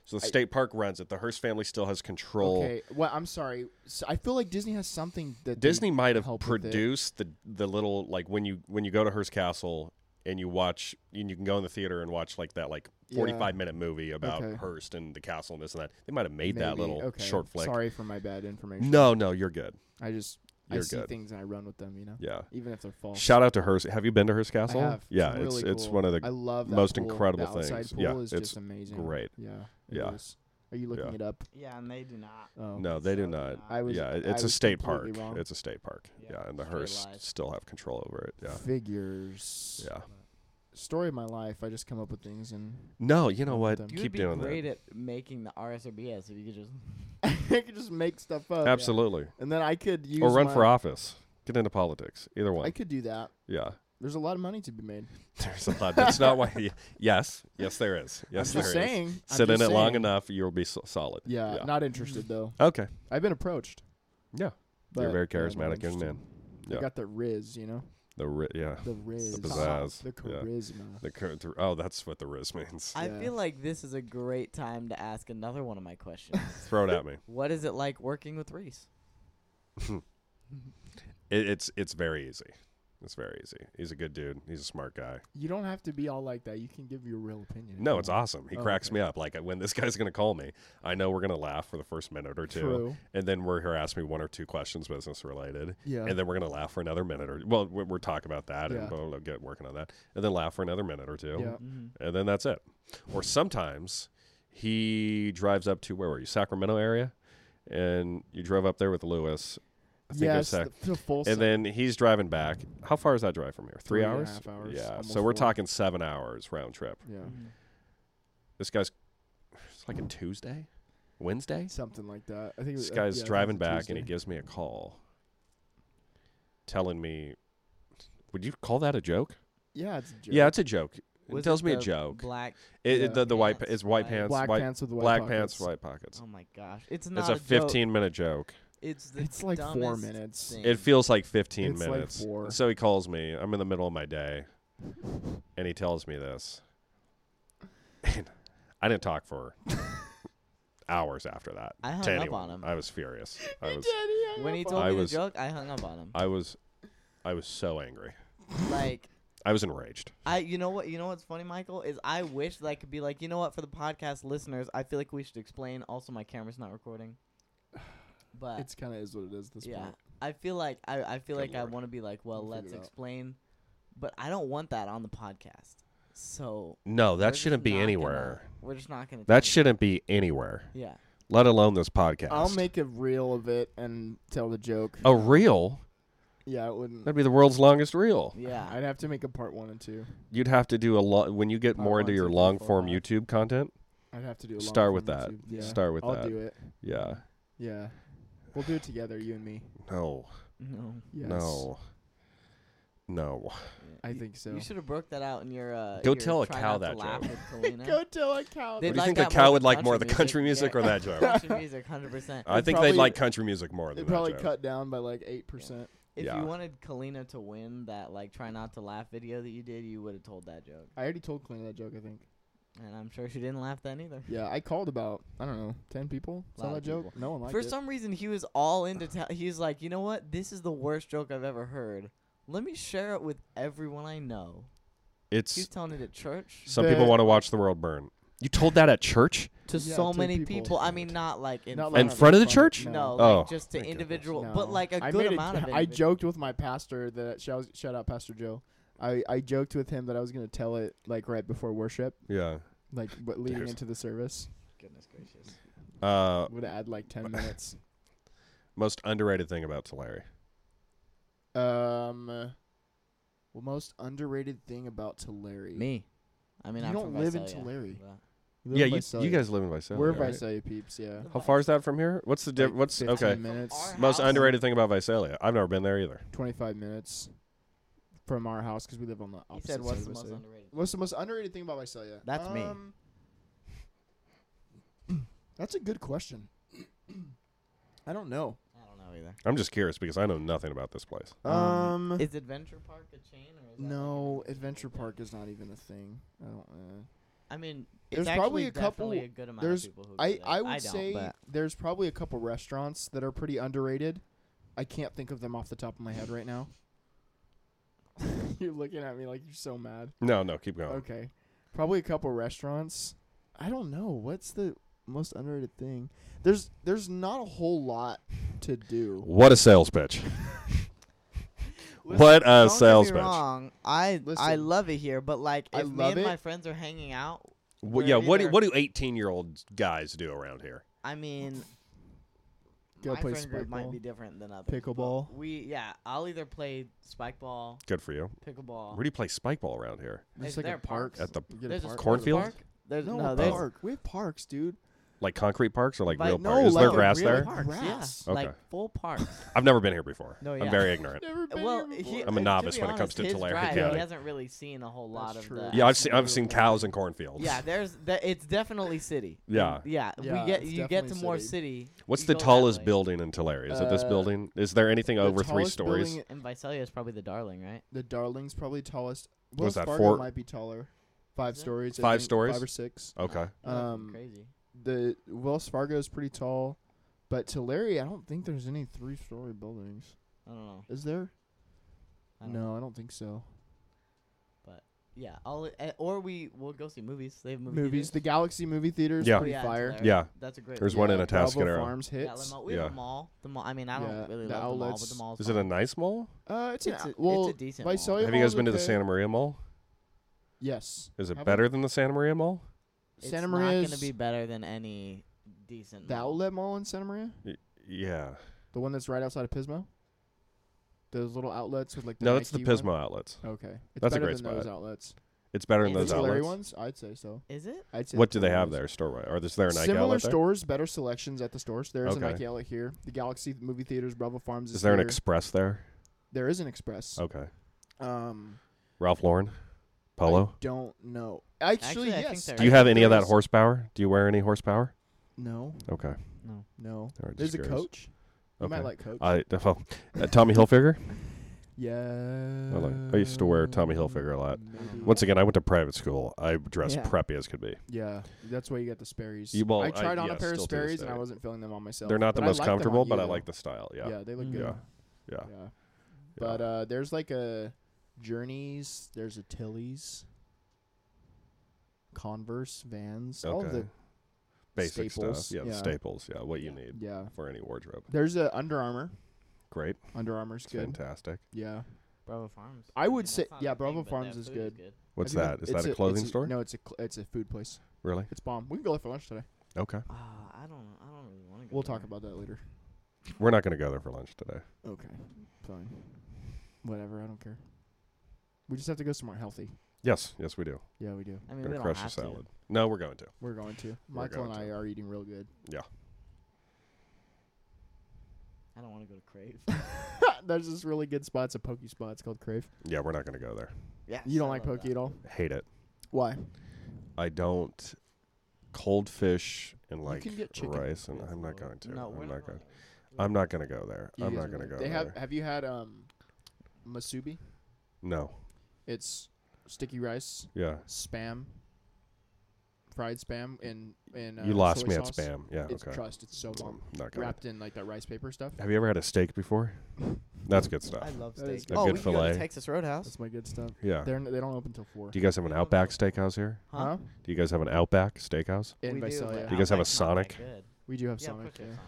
so the
I-
state park runs it. The Hearst family still has control.
Okay. Well, I'm sorry. S I I feel like Disney has something that they-
Disney might have
help with it.
produced the the little like when you when you go to Hearst Castle and you watch and you can go in the theater and watch like that like
Yeah.
forty five minute movie about
Okay.
Hearst and the castle and this and that. They might have made that
maybe.
little
okay.
short flick.
Sorry for my bad information.
No, no, you're good.
I just I
You're
see
good.
things and I run with them. You know,
Yeah.
even if they're false.
Shout out to Hearst. Have you been to Hearst
I
Castle?
have.
Yeah,
it's
it's
really
it's
cool.
one of the
I love that
most
pool.
incredible
the outside
things.
Pool
Yeah,
is
it's
just amazing.
great.
Yeah. It
Yeah.
is. Are you looking
Yeah.
it up?
Yeah, and they do not.
Oh.
No, they do
So
not.
I was-
yeah, it-
I
it's a
was
state park.
completely wrong.
It's a state park.
Yeah,
Yeah, and the
straight
Hearst
lies.
still have control over it. Yeah.
Figures.
Yeah.
Story of my life. I just come up with things and
No, you know what?
Them.
You would
Keep
be
doing
great
that.
at making the RSRBS if you could just.
I could just make stuff up.
Absolutely.
And then I could use
Or run
my,
for office. Get into politics. Either one.
I could do that.
yeah.
There's a lot of money to be made.
There's a lot. That's not why. Yes, yes, there is. Yes,
I'm
there
just
is.
saying. I'm
Sit in
just
it long
saying.
enough, you'll be so- solid.
Yeah,
Yeah.
not interested though.
Okay.
I've been approached.
Yeah.
But,
You're a very
yeah, not
charismatic young
interested.
man.
I
Yeah. Oh,
got the riz, you know,
The ri- yeah.
the riz,
pizzazz,
the
yeah.
charisma.
The cur- th- oh, that's what the riz means.
I
Yeah.
feel like this is a great time to ask another one of my questions.
Throw it at me.
what is it like working with Reese?
It, it's it's very easy. It's very easy. He's a good dude. He's a smart guy.
You don't have to be all like that. You can give your real opinion. if
No,
you
it's
want.
awesome. He
Oh,
cracks
okay.
me up. Like when this guy's gonna call me, I know we're gonna laugh for the first minute or two,
True.
and then we're here ask me one or two questions business related,
Yeah.
and then we're gonna laugh for another minute or well, we- we're talking about that
Yeah.
and we'll get working on that, and then laugh for another minute or two,
yeah.
Mm-hmm.
and then that's it. Or sometimes he drives up to where were you, Sacramento area, and you drove up there with Lewis. I think it was
Yes,
Sac-
the, the full.
and
set.
then he's driving back. How far is that drive from here? Three,
Three and a
hours?
half hours,
Yeah.
almost
So we're
four.
talking seven hours round trip.
yeah,
Mm-hmm.
This guy's it's like a Tuesday, Wednesday.
something like that. I think it was,
This
uh,
guy's
yeah, I think it
driving
was
back and he
Tuesday.
gives me a call, telling me, "Would you call that a joke?"
Yeah, it's a joke.
Yeah, it's a joke. It tells me a joke.
Black.
It, it-
yeah.
the the white pa-
Pants,
it's white
white-
pants,
black
white,
pants with white
black
pockets.
pants, white pockets.
Oh my gosh, it's not
It's a
joke.
15 minute joke.
It's the
It's like four
dumbest
minutes.
thing.
It feels like 15
It's like
minutes.
four.
So he calls me. I'm in the middle of my day, and he tells me this. And I didn't talk for hours after that.
I hung
to
up on
anyone.
him.
I was furious. I was.
when he told
I
me
was-
the joke, I hung up on him.
I was. I was so angry.
like
I was enraged.
I, you know what, you know what's funny, Michael, is I wish that I could be like, you know what, for the podcast listeners, I feel like we should explain. Also, my camera's not recording, but
it's kind of is what it is. at This
yeah,
point.
I feel like I, I feel
Good
like
lord.
I want to be like, well,
We'll
let's
figure it out.
explain, but I don't want that on the podcast. So
No,
we're
that
just
shouldn't
not
be
gonna-
anywhere.
we're just not gonna.
That
change it.
shouldn't be anywhere.
Yeah.
Let alone this podcast.
I'll make a reel of it and tell the joke.
a reel.
Yeah, it wouldn't.
That'd be the world's longest reel.
Yeah.
I'd have to make a part one and two.
You'd have to do a lot when you get
Part
more into
one,
your
two, three,
long
four,
form
five.
YouTube content.
I'd have to do a long
Start with
form
that.
YouTube. Yeah.
Start with
I'll
that.
do it.
Yeah.
Yeah. We'll do it together, you and me.
No.
no.
Yes.
No. No.
I
You-
think so.
You should have broke that out in your. Uh,
Go
your
tell a
try
cow
not to
that
laugh
joke.
with Kalina.
Go tell a cow.
They'd
What do you think
that
the cow
more
would
than
like more, the country music
yeah.
or that joke?
Country music, hundred percent.
I
They
think
probably-
they like country music more
They
than
probably
that joke.
cut down by like eight percent.
If
Yeah.
you wanted Kalina to win that like try not to laugh video that you did, you would have told that joke,
I already told Kalina that joke. I think.
and I'm sure she didn't laugh then either.
Yeah, I called about I don't know ten people. Saw
Lot
that
of
joke. No one liked
For
it.
some reason, he was all into. Ta- he was like, you know what? This is the worst joke I've ever heard. Let me share it with everyone I know. He's
It's
telling it at church
some people
The-
want to watch the world burn. You told that at church?
to
Yeah,
so
to
many
people.
people. I mean, not like in
Not
front
like
In
of-
that
front of the
funny.
church?
No,
Oh.
like just to
Thank goodness.
individual,
No.
but like a
I made
good
a-
amount of it.
I joked with my pastor that shout, shout out Pastor Joe. I, I joked with him that I was gonna tell it like right before worship,
Yeah.
like but leading
There's-
into the service.
Goodness gracious.
Uh,
Would add like ten minutes.
most underrated thing about Tulare.
Um, well, most underrated thing about Tulare.
Me. I mean,
You
I'm
don't
from
live in
Visalia,
Tulare.
but-
We live
Yeah,
in
you,
Visalia.
you guys live in Visalia.
We're
right?
Visalia peeps. Yeah.
How far is that from here? What's the diff-
Like
what's
15
okay?
Minutes.
From
Most
House.
underrated thing about Visalia. I've never been there either.
Twenty-five minutes from our house because we live on the
He
opposite
said,
side
"What's
of
the most
Visalia.
underrated?"
What's the most underrated thing about Visalia?
That's me.
Um, that's a good question. I don't know.
I don't know either.
I'm just curious because I know nothing about this place.
Um,
Is Adventure Park a chain or is that like,
no,
an independent
Adventure
thing?
Park is not even a thing. I don't. Uh,
I mean,
There's
it's actually
probably a couple-
definitely a good amount
there's-
of people who.
I
do that.
I would
don't,
say
but
there's probably a couple restaurants that are pretty underrated. I can't think of them off the top of my head right now. you're looking at me like you're so mad.
No, no, keep going.
Okay, probably a couple restaurants. I don't know what's the most underrated thing. There's there's not a whole lot to do.
What a sales pitch. what a
don't
Uh, sales
get me
pitch.
wrong. I I
Listen.
love it here, but like
I
if me
love
and my
it.
friends are hanging out,
Wh- yeah,
We're
what do,
either-
what do 18 year old guys do around here?
I mean,
Go
my
play
friend group might
spikeball.
be different than others. but
Pickleball.
We yeah, I'll either play spike ball,
Good for you.
Oh.
pickleball.
Where do you play spike ball around here?
Is there parks?
At the
You get a
there's a
park.
sports
Cornfield?
Park. There's
No,
no,
a
there's
park. We have parks, dude.
like concrete parks or like
Like,
real
no,
parks? Is
like
there
a
grass
real
there?
park.
Parks,
Yes.
yeah,
Okay.
like full parks.
I've never been here before.
No,
I'm
yeah.
very ignorant.
Never been
well,
here
he,
before.
I'm a
to
novice
be
when it comes
honest,
to
his
Tulare
drive,
County.
He hasn't really seen a whole lot of
That's true.
the.
Yeah, I've seen I've
Absolutely.
seen cows and cornfields.
Yeah, there's the, it's definitely city.
Yeah.
Yeah,
Yeah,
we get
it's
you get to
definitely
more
city.
city.
What's
you
the
go that
tallest
way.
building in Tulare? Is it this
Uh,
building? Is there anything
The
over three
tallest
stories?
building-
And Visalia is probably the darling, right?
the Darling's probably tallest.
What
Wells
is that,
Fargo
four-
might be taller. Five
Is it?
stories. I
Five
think,
stories?
Five or six.
Okay.
Yeah, that's
Um,
crazy.
The Wells Fargo is pretty tall, but Tulare, I don't think there's any three-story buildings.
I don't know.
Is there?
I don't
no,
know.
I don't think so.
Yeah, I'll, uh, or we will go see movies. They have movie
Movies. The
theaters.
Galaxy movie theater is
Yeah.
pretty
yeah, in
fire.
Tulare.
Yeah.
that's a great.
There's
one.
one in
Yeah, Bravo
Atascadero.
Farms
Yeah,
hits.
the mall- we have
Yeah.
a mall. The mall. I mean, I don't
Yeah,
really
the
love the mall,
outlets-
but the mall.
Is it a nice mall?
uh, it's,
It's
an,
a-
a,
it's
well,
a decent mall.
Visalia
Have you
Mall's
guys been to the
okay.
Santa Maria Mall?
Yes.
Is it
How about-
better than the Santa Maria Mall?
It's
Santa
not
Maria's
gonna be better than any decent.
the
mall.
outlet mall in Santa Maria,
Y- yeah.
the one that's right outside of Pismo. Those little outlets with like the
No, that's the
Nike one?
Pismo outlets.
Okay, it's
That's a
better
great
than those
spot.
outlets.
It's better than
Is it
those
The
Tulare
outlets.
ones, I'd say so.
Is it?
I'd say
What do they
Tulare
have
ones.
there? Store wise, or is there a Nike
Similar
outlet there?
stores, better selections at the stores. There is
Okay.
a Nike outlet here. The Galaxy movie theaters, Bravo Farms. Is,
Is there an Oh.
here.
Express there?
there is an Express.
Okay.
Um,
Ralph Lauren, Polo.
don't know. Actually,
Actually, I think
yes.
there
Do you have any of
There
that
is-
horsepower? Do you wear any horsepower?
No,
Okay. All
No.
no.
right, just
There's a
curious.
coach. You might
Okay.
like coach.
I well, uh, Tommy Hilfiger.
yeah.
I like. I used to wear Tommy Hilfiger a lot.
Maybe.
Once again, I went to private school. I dressed
Yeah.
preppy as could be.
Yeah, that's why you got the Sperry's.
You- well,
I
I-
tried on
yeah,
a pair of
still to this
Sperry's and I
day.
wasn't feeling them on myself.
They're not the
But I
most
like them on
comfortable,
you,
but I
though.
like the style. Mm. Yeah.
Yeah, they look
Mhm.
good.
Yeah.
Yeah.
Yeah. But uh, there's like a Journeys. There's a Tilly's. Converse, Vans, all of the
Basic
staples,
stuff. Yeah, The
yeah.
staples. Yeah. What you need
yeah.
for any wardrobe.
There's a Under Armour.
Great.
Under Armour's
It's
good.
fantastic.
Yeah.
Bravo Farms.
I would
that's
say-
not
yeah,
a thing,
Bravo
but their
Farms is
food
good.
What's
Have you been-
that? Is
it's
that a clothing
it's
store?
No, it's a cl- it's a food place.
Really?
It's bomb. We can go there for lunch today.
Okay.
Ah, I don't. I don't really want to go.
We'll
there.
talk about that later.
We're not going to go there for lunch today.
Okay. Fine. Whatever. I don't care. We just have to go somewhere healthy.
Yes. Yes, we do.
Yeah, we do.
I mean,
Gonna
we don't
crush
have
a
to.
salad. No, we're going to.
We're going to. Michael
going
and I are eating real good.
I don't want to go to Crave.
there's this really good spot. It's a pokey spot. It's called Crave.
Yeah, we're not going to go there.
Yeah.
You don't
I
like
love
pokey
that.
at all?
Hate it.
Why?
I don't cold fish and like
can get chicken
rice, and
with
I'm not
the-
going to.
No, we're
I'm
not
not going.
going
I'm not going to go there.
You
I'm
guys
not
are
going to
weird.
go
They
there.
have. Have you had um, masubi?
no.
It's sticky rice,
Yeah.
spam, fried spam, and and uh,
you lost
soy
me
sauce.
at spam. Yeah.
It's
okay.
crust. It's so bomb.
Mm, Not good.
Wrapped in like that rice paper stuff.
Have you ever had a steak before? That's good stuff.
I love
That is
steak.
good.
Oh,
A good
we can go to
fillet.
Texas Roadhouse.
That's my good stuff.
Yeah.
They're, n- they don't open till four.
Do you guys have an Outback Steakhouse here?
Huh?
Do you guys have an Outback Steakhouse?
In
We do,
Visalia.
but
Do you guys have a
Outback's not that
Sonic?
good.
we do have
Yeah, of
Sonic.
course we
yeah.
have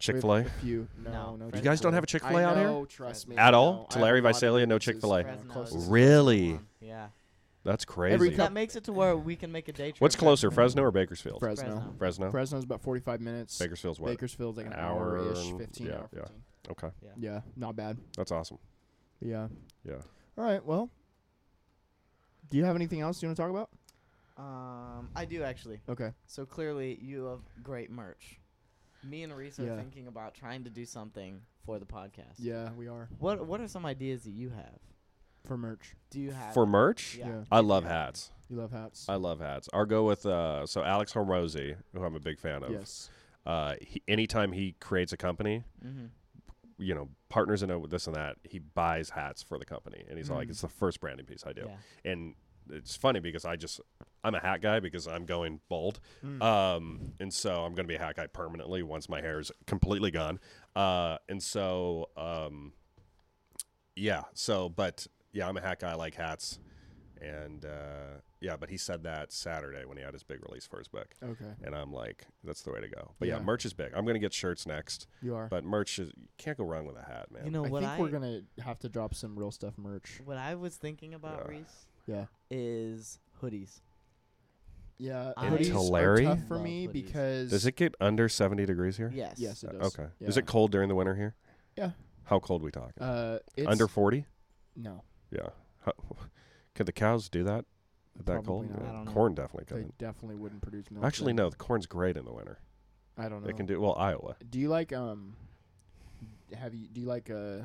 Chick Fil A.
We have A few. No,
No, You
no.
You
Fresno.
guys don't have a Chick Fil A
I
out
know,
here?
Trust me.
At
I
all?
know.
To
I have
Larry
a lot of
Visalia, no
places.
Chick-fil-A.
Yeah,
Fresno's
closest.
is
Re- Really?
the one. Yeah.
That's crazy.
Every
So
cup-
that makes it to where we can make a day trip.
What's
out
closer,
there.
Fresno or Bakersfield?
Fresno.
Fresno.
Fresno?
Fresno's about 45 minutes.
Bakersfield's what?
Bakersfield's like an
An
hour
hour
ish,
and-
15
yeah,
hour.
yeah.
15.
okay.
Yeah, not bad.
That's awesome.
Yeah.
Yeah.
All right. Well, do you have anything else you want to talk about?
Um, I do actually.
Okay.
So clearly, you have great merch. Me and Reese
Yeah.
are thinking about trying to do something for the podcast.
Yeah, we are
What What are some ideas that you have?
for merch.
Do you have
For merch?
Yeah.
Yeah.
I love hats.
You love hats.
I love hats. I'll go with uh, so Alex Hormozzi, who I'm a big fan of.
yes.
Uh, he, anytime he creates a company,
Mm-hmm.
you know, partners in it with this and that, he buys hats for the company, and he's like,
Mm.
it's the first branding piece I do.
Yeah.
And it's funny because I just I'm a hat guy because I'm going bald,
Mm.
um, and so I'm going to be a hat guy permanently once my hair is completely gone. Uh, and so um, yeah, so but yeah, I'm a hat guy. I like hats, and uh, yeah, but he said that Saturday when he had his big release for his book.
Okay.
And I'm like, that's the way to go. But yeah,
Yeah.
merch is big. I'm gonna get shirts next.
You are.
But merch is you can't go wrong with a hat, man.
You know
I
what
think
I
we're gonna have to drop some real stuff merch.
what I was thinking about
Yeah.
Reese
Yeah.
is hoodies.
Yeah.
I-
Hoodies
Tulare?
are tough for
Love
me
hoodies.
because
Does it get under 70 degrees here?
Yes.
Yes, it
Uh,
does.
Okay. Is
Yeah.
it cold during the winter here?
Yeah.
How cold we talking?
Uh, it's
under 40?
no.
Yeah. How, could the cows do that? That
Probably
cold?
not.
Yeah.
I don't know.
Corn definitely
They
couldn't.
definitely wouldn't produce milk.
Actually,
then.
no. The corn's great in the winter.
I don't know.
They can do well. Iowa.
Do you like um? Have you do you like uh,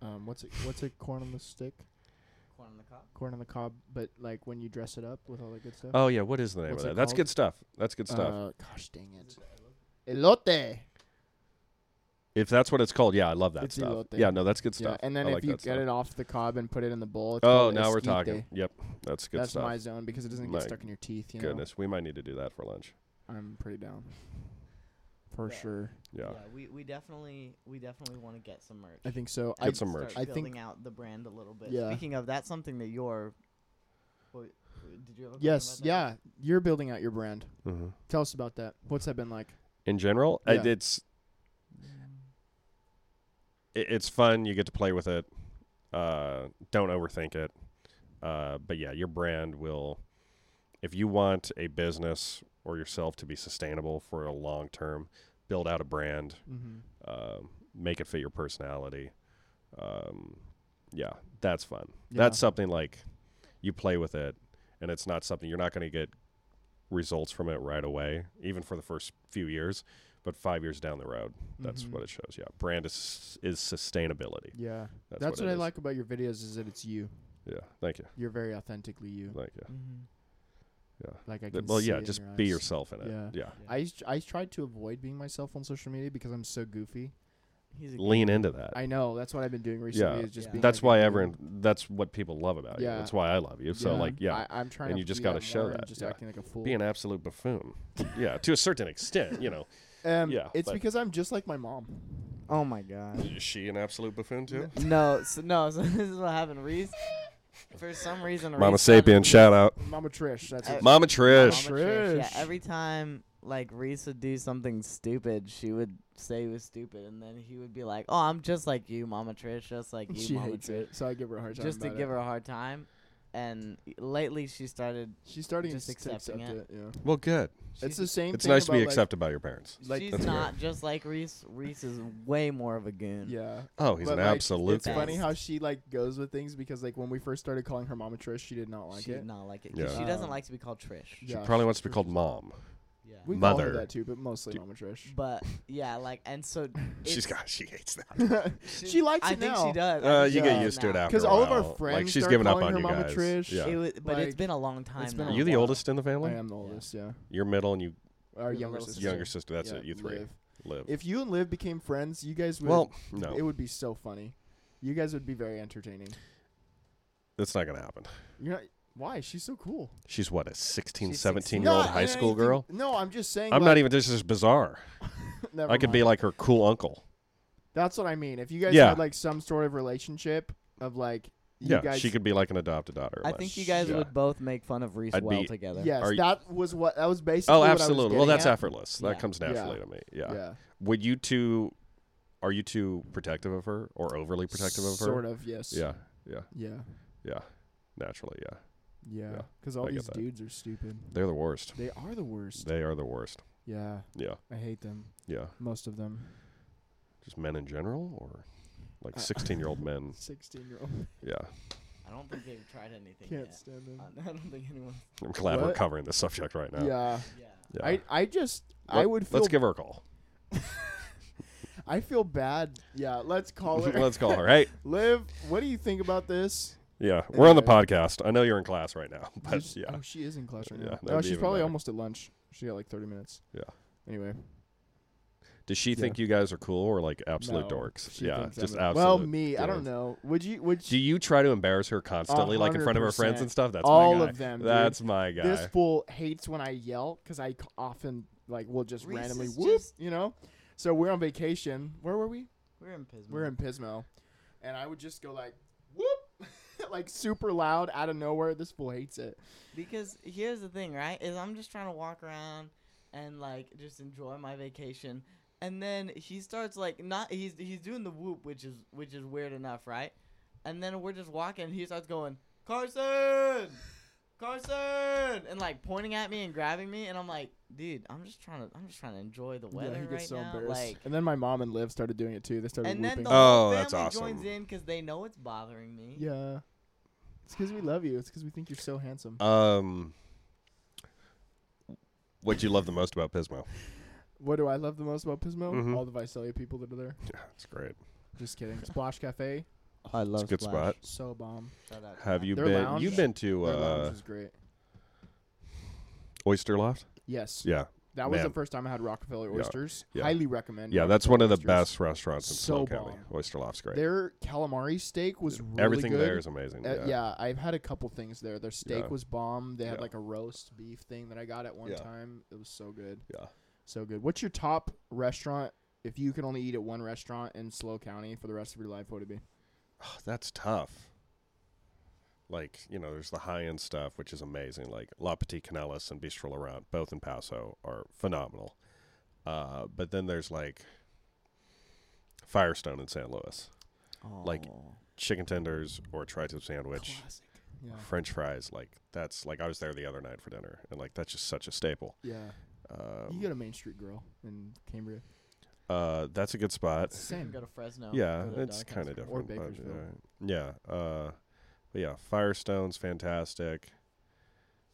um? What's it? What's it? Corn on the stick,
Corn on the cob.
corn on the cob. But like when you dress it up with all that good stuff.
Oh yeah. What is the name
What's it
of that? That's
called?
good stuff. That's good stuff.
Uh, gosh dang it! Elote.
if that's what it's called, yeah, I love that
It's
stuff.
elote.
Yeah. No, that's good
Yeah,
stuff.
and then
I
if
like
you get
that stuff.
it off the cob and put it in the bowl. It's
Oh,
called
now we're
esquite.
talking. Yep. That's good
That's
stuff.
my zone because it doesn't get
My
stuck in your teeth. You
Goodness, we might need to do that for lunch.
know, I'm pretty down. For
Yeah.
sure,
Yeah.
we, we definitely we definitely want to get some merch.
I think so.
Get
I,
and
some
start
merch.
I
building
think-
out the brand a little bit.
Yeah.
Speaking of, that's something that you're. Well, did you have a question
yes,
about that?
yeah, you're building out your brand.
Mm-hmm.
Tell us about that. What's that been like?
in general. I-
Yeah.
it's it, it's fun. You get to play with it. Uh, don't overthink it. Uh, but yeah, your brand will. If you want a business or yourself to be sustainable for a long term, build out a brand.
Mm-hmm.
Um, make it fit your personality. Um, yeah, that's fun.
Yeah.
That's something like you play with it, and it's not something you're not going to get results from it right away, even for the first few years. But five years down the road, that's
Mhm.
what it shows. Yeah, brand is is sustainability.
Yeah,
That's,
that's, what,
it
I
is.
like about your videos is that it's you.
Yeah, thank you,
You're very authentically you.
thank you.
Mhm.
Yeah.
Like I
Th-
can
well,
see
yeah,
it in
just
your
be
eyes.
yourself in it.
Yeah.
Yeah,
I used- I tried to avoid being myself on social media because I'm so goofy.
He's a
lean into that.
I know that's what I've been doing recently.
Yeah.
Is just
Yeah.
being
that's
like a
why
dude.
everyone. That's what people love about
Yeah.
you. That's why I love you. So
Yeah.
like, yeah,
I, I'm trying.
And
to
you just
do
gotta
that
show
more and
that,
Just
yeah.
acting like a fool.
be an absolute buffoon. yeah, to a certain extent, you know.
um,
yeah,
It's
but-
because I'm just like my mom.
Oh my god.
Is she an absolute buffoon too?
no, so, no. So this is what happened. Reese, for some reason,
Mama
Reese got
Sapien, shout out.
Mama Trish. That's
Uh,
it.
Mama
a-
Trish.
Mama Trish, Yeah.
Trish.
Every time like Reese would do something stupid, she would say he was stupid, and then he would be like, "Oh, I'm just like you, Mama Trish. Just like you,
she
Mama
hates
Trish."
it, so I give her a hard time.
Just to
about
give
it.
her a hard time. And lately, she started.
She's starting
just
to accept
accepting
it. Yeah.
Well, good.
It's
she's-
the same.
It's
thing
nice to be
about, like-
accepted by your parents.
like-
she's
That's great.
not just like Reese. Reese is way more of a goon.
Yeah.
Oh, he's
But,
an
like,
absolute.
It's
guy.
funny
best.
how she like goes with things because like when we first started calling her Mama Trish, she did not like
she
it.
did not like it. 'cause
Yeah.
She doesn't
Um,
like to be called Trish.
She
Yeah,
probably wants to be
Trish
called
is-
mom.
Yeah.
We call her
Mother.
that too, but mostly Mama Trish.
But yeah, like and so
She's
it's-
got. She hates that.
she likes
I
it
think
now.
she does. I
Uh,
think
you
she
get
does
used to it
now.
after. a
all of our
while. like,
friends
she's
start
giving up
calling
on
her
you
Mama
guys.
Trish.
Yeah.
It was, but it's
Like,
been a long time.
been
now.
a
Are you the
while.
oldest in the
I
family?
am the oldest. Yeah,
You're middle, and you
our
You're the
younger
little
sister.
sister.
younger sister. That's
Yeah,
it. You three live.
Liv. If you and Liv became friends, you guys would.
well, no,
it would be so funny. You guys would be very entertaining.
that's not gonna happen.
You're not, why? She's so cool.
She's what a 16,
She's
17
16.
year old
Not
high school
anything-
girl.
No, I'm just saying.
I'm
like,
not even. This is bizarre.
never
I could be
mind.
like her cool uncle.
That's what I mean. If you guys
Yeah.
had like some sort of relationship of like, you
yeah,
guys,
she could be like an adopted daughter.
I think you guys
Yeah.
would both make fun of Reese
I'd
well
be-
together.
Yes,
Are you-
that was what that was basically.
Oh,
what I was
absolutely. Well,
getting
that's
at.
effortless. That
Yeah.
comes
Yeah.
naturally to me. Yeah.
Yeah.
Would you two? Are you two protective of her or overly protective of her?
Sort of. Yes.
Yeah. Yeah.
Yeah.
Yeah. Naturally. Yeah.
Yeah.
Yeah,
Because all
I get
these
that.
dudes are stupid.
They're the worst.
They are the worst.
They are the worst.
yeah.
Yeah.
I hate them.
Yeah.
Most of them.
Just men in general, or like
I-
sixteen-year-old men.
Sixteen-year-old
Yeah.
I don't think they've tried anything
can't
yet. Uh,
stand them.
I don't think anyone.
I'm glad we're
What?
covering this subject right now.
Yeah.
Yeah.
Yeah.
I I just I
Let-
would feel
Let's give her a call.
I feel bad. Yeah. Let's call her.
Let's call her. Hey,
Liv, what do you think about this?
yeah, we're on the
Uh,
podcast. I know you're in class right now, but
She's-
yeah,
Oh, she is in class right
Yeah,
now.
that'd
No,
be
she's
even
probably
better.
almost at lunch. She got like thirty minutes.
Yeah.
Anyway.
does she
yeah.
think you guys are cool or like absolute
No,
dorks?
She
yeah,
thinks I'm
just
a-
absolute.
Well, me, I
dorks.
don't know. Would you? Would
Do
you?
you try to embarrass her constantly, like in front of her friends
100%.
and stuff? That's
All
my guy.
of them, dude.
That's my guy.
This fool hates when I yell because I c- often like will just
Reese
randomly
is
whoop,
just-
you know. So we're on vacation. Where were we?
We're in Pismo.
We're in Pismo, and I would just go like whoop, like super loud out of nowhere. This fool hates it.
Because here's the thing, right? Is I'm just trying to walk around and like just enjoy my vacation, and then he starts like not he's he's doing the whoop, which is which is weird enough, right? And then we're just walking, and he starts going Carson, Carson, and like pointing at me and grabbing me, and I'm like, dude, I'm just trying to I'm just trying to enjoy the weather
yeah, he gets
right
so
now,
embarrassed.
like.
and then my mom and Liv started doing it too. They started
And then
whooping.
the
Oh,
whole family
that's
joins
awesome.
in because they know it's bothering me.
yeah, it's because we love you. It's because we think you're so handsome.
um, what do you love the most about Pismo?
What do I love the most about Pismo?
Mhm.
All the Visalia people that are there.
Yeah, it's great.
Just kidding. Splash Cafe,
I love
It's a good spot.
so bomb.
Have you
Their
been?
lounge-
You've been to
Their lounge
uh,
was great.
Oyster Loft?
Yes.
Yeah,
That was the
Man.
first time I had Rockefeller
Yeah,
oysters.
yeah.
Highly recommend.
yeah. That's one of the
Rockefeller oysters.
best restaurants in
So
Snow County.
bomb.
Oyster Loft's great.
Their calamari steak was really
Everything
good.
there is amazing.
Uh,
yeah.
yeah. I've had a couple things there. Their steak
Yeah.
was bomb. They had
Yeah.
like a roast beef thing that I got at one
Yeah.
time. It was so good.
Yeah.
So good. What's your top restaurant if you could only eat at one restaurant in Slow County for the rest of your life? What would it be?
Oh, that's tough. Like, you know, there's the high end stuff, which is amazing. Like La Petite Canellas and Bistro Laurent, both in Paso, are phenomenal. Uh, but then there's like Firestone in San Luis, Like, chicken tenders or tri tip sandwich,
Classic. Yeah.
French fries. Like, that's like I was there the other night for dinner, and like that's just such a staple.
Yeah. you got
Um,
a Main Street Grill in Cambria.
uh, that's a good spot.
Same.
Go to Fresno.
yeah,
for the
it's
dark
kind of
outside.
different. but,
Bakersfield.
uh, yeah. Uh, but yeah, Firestone's fantastic.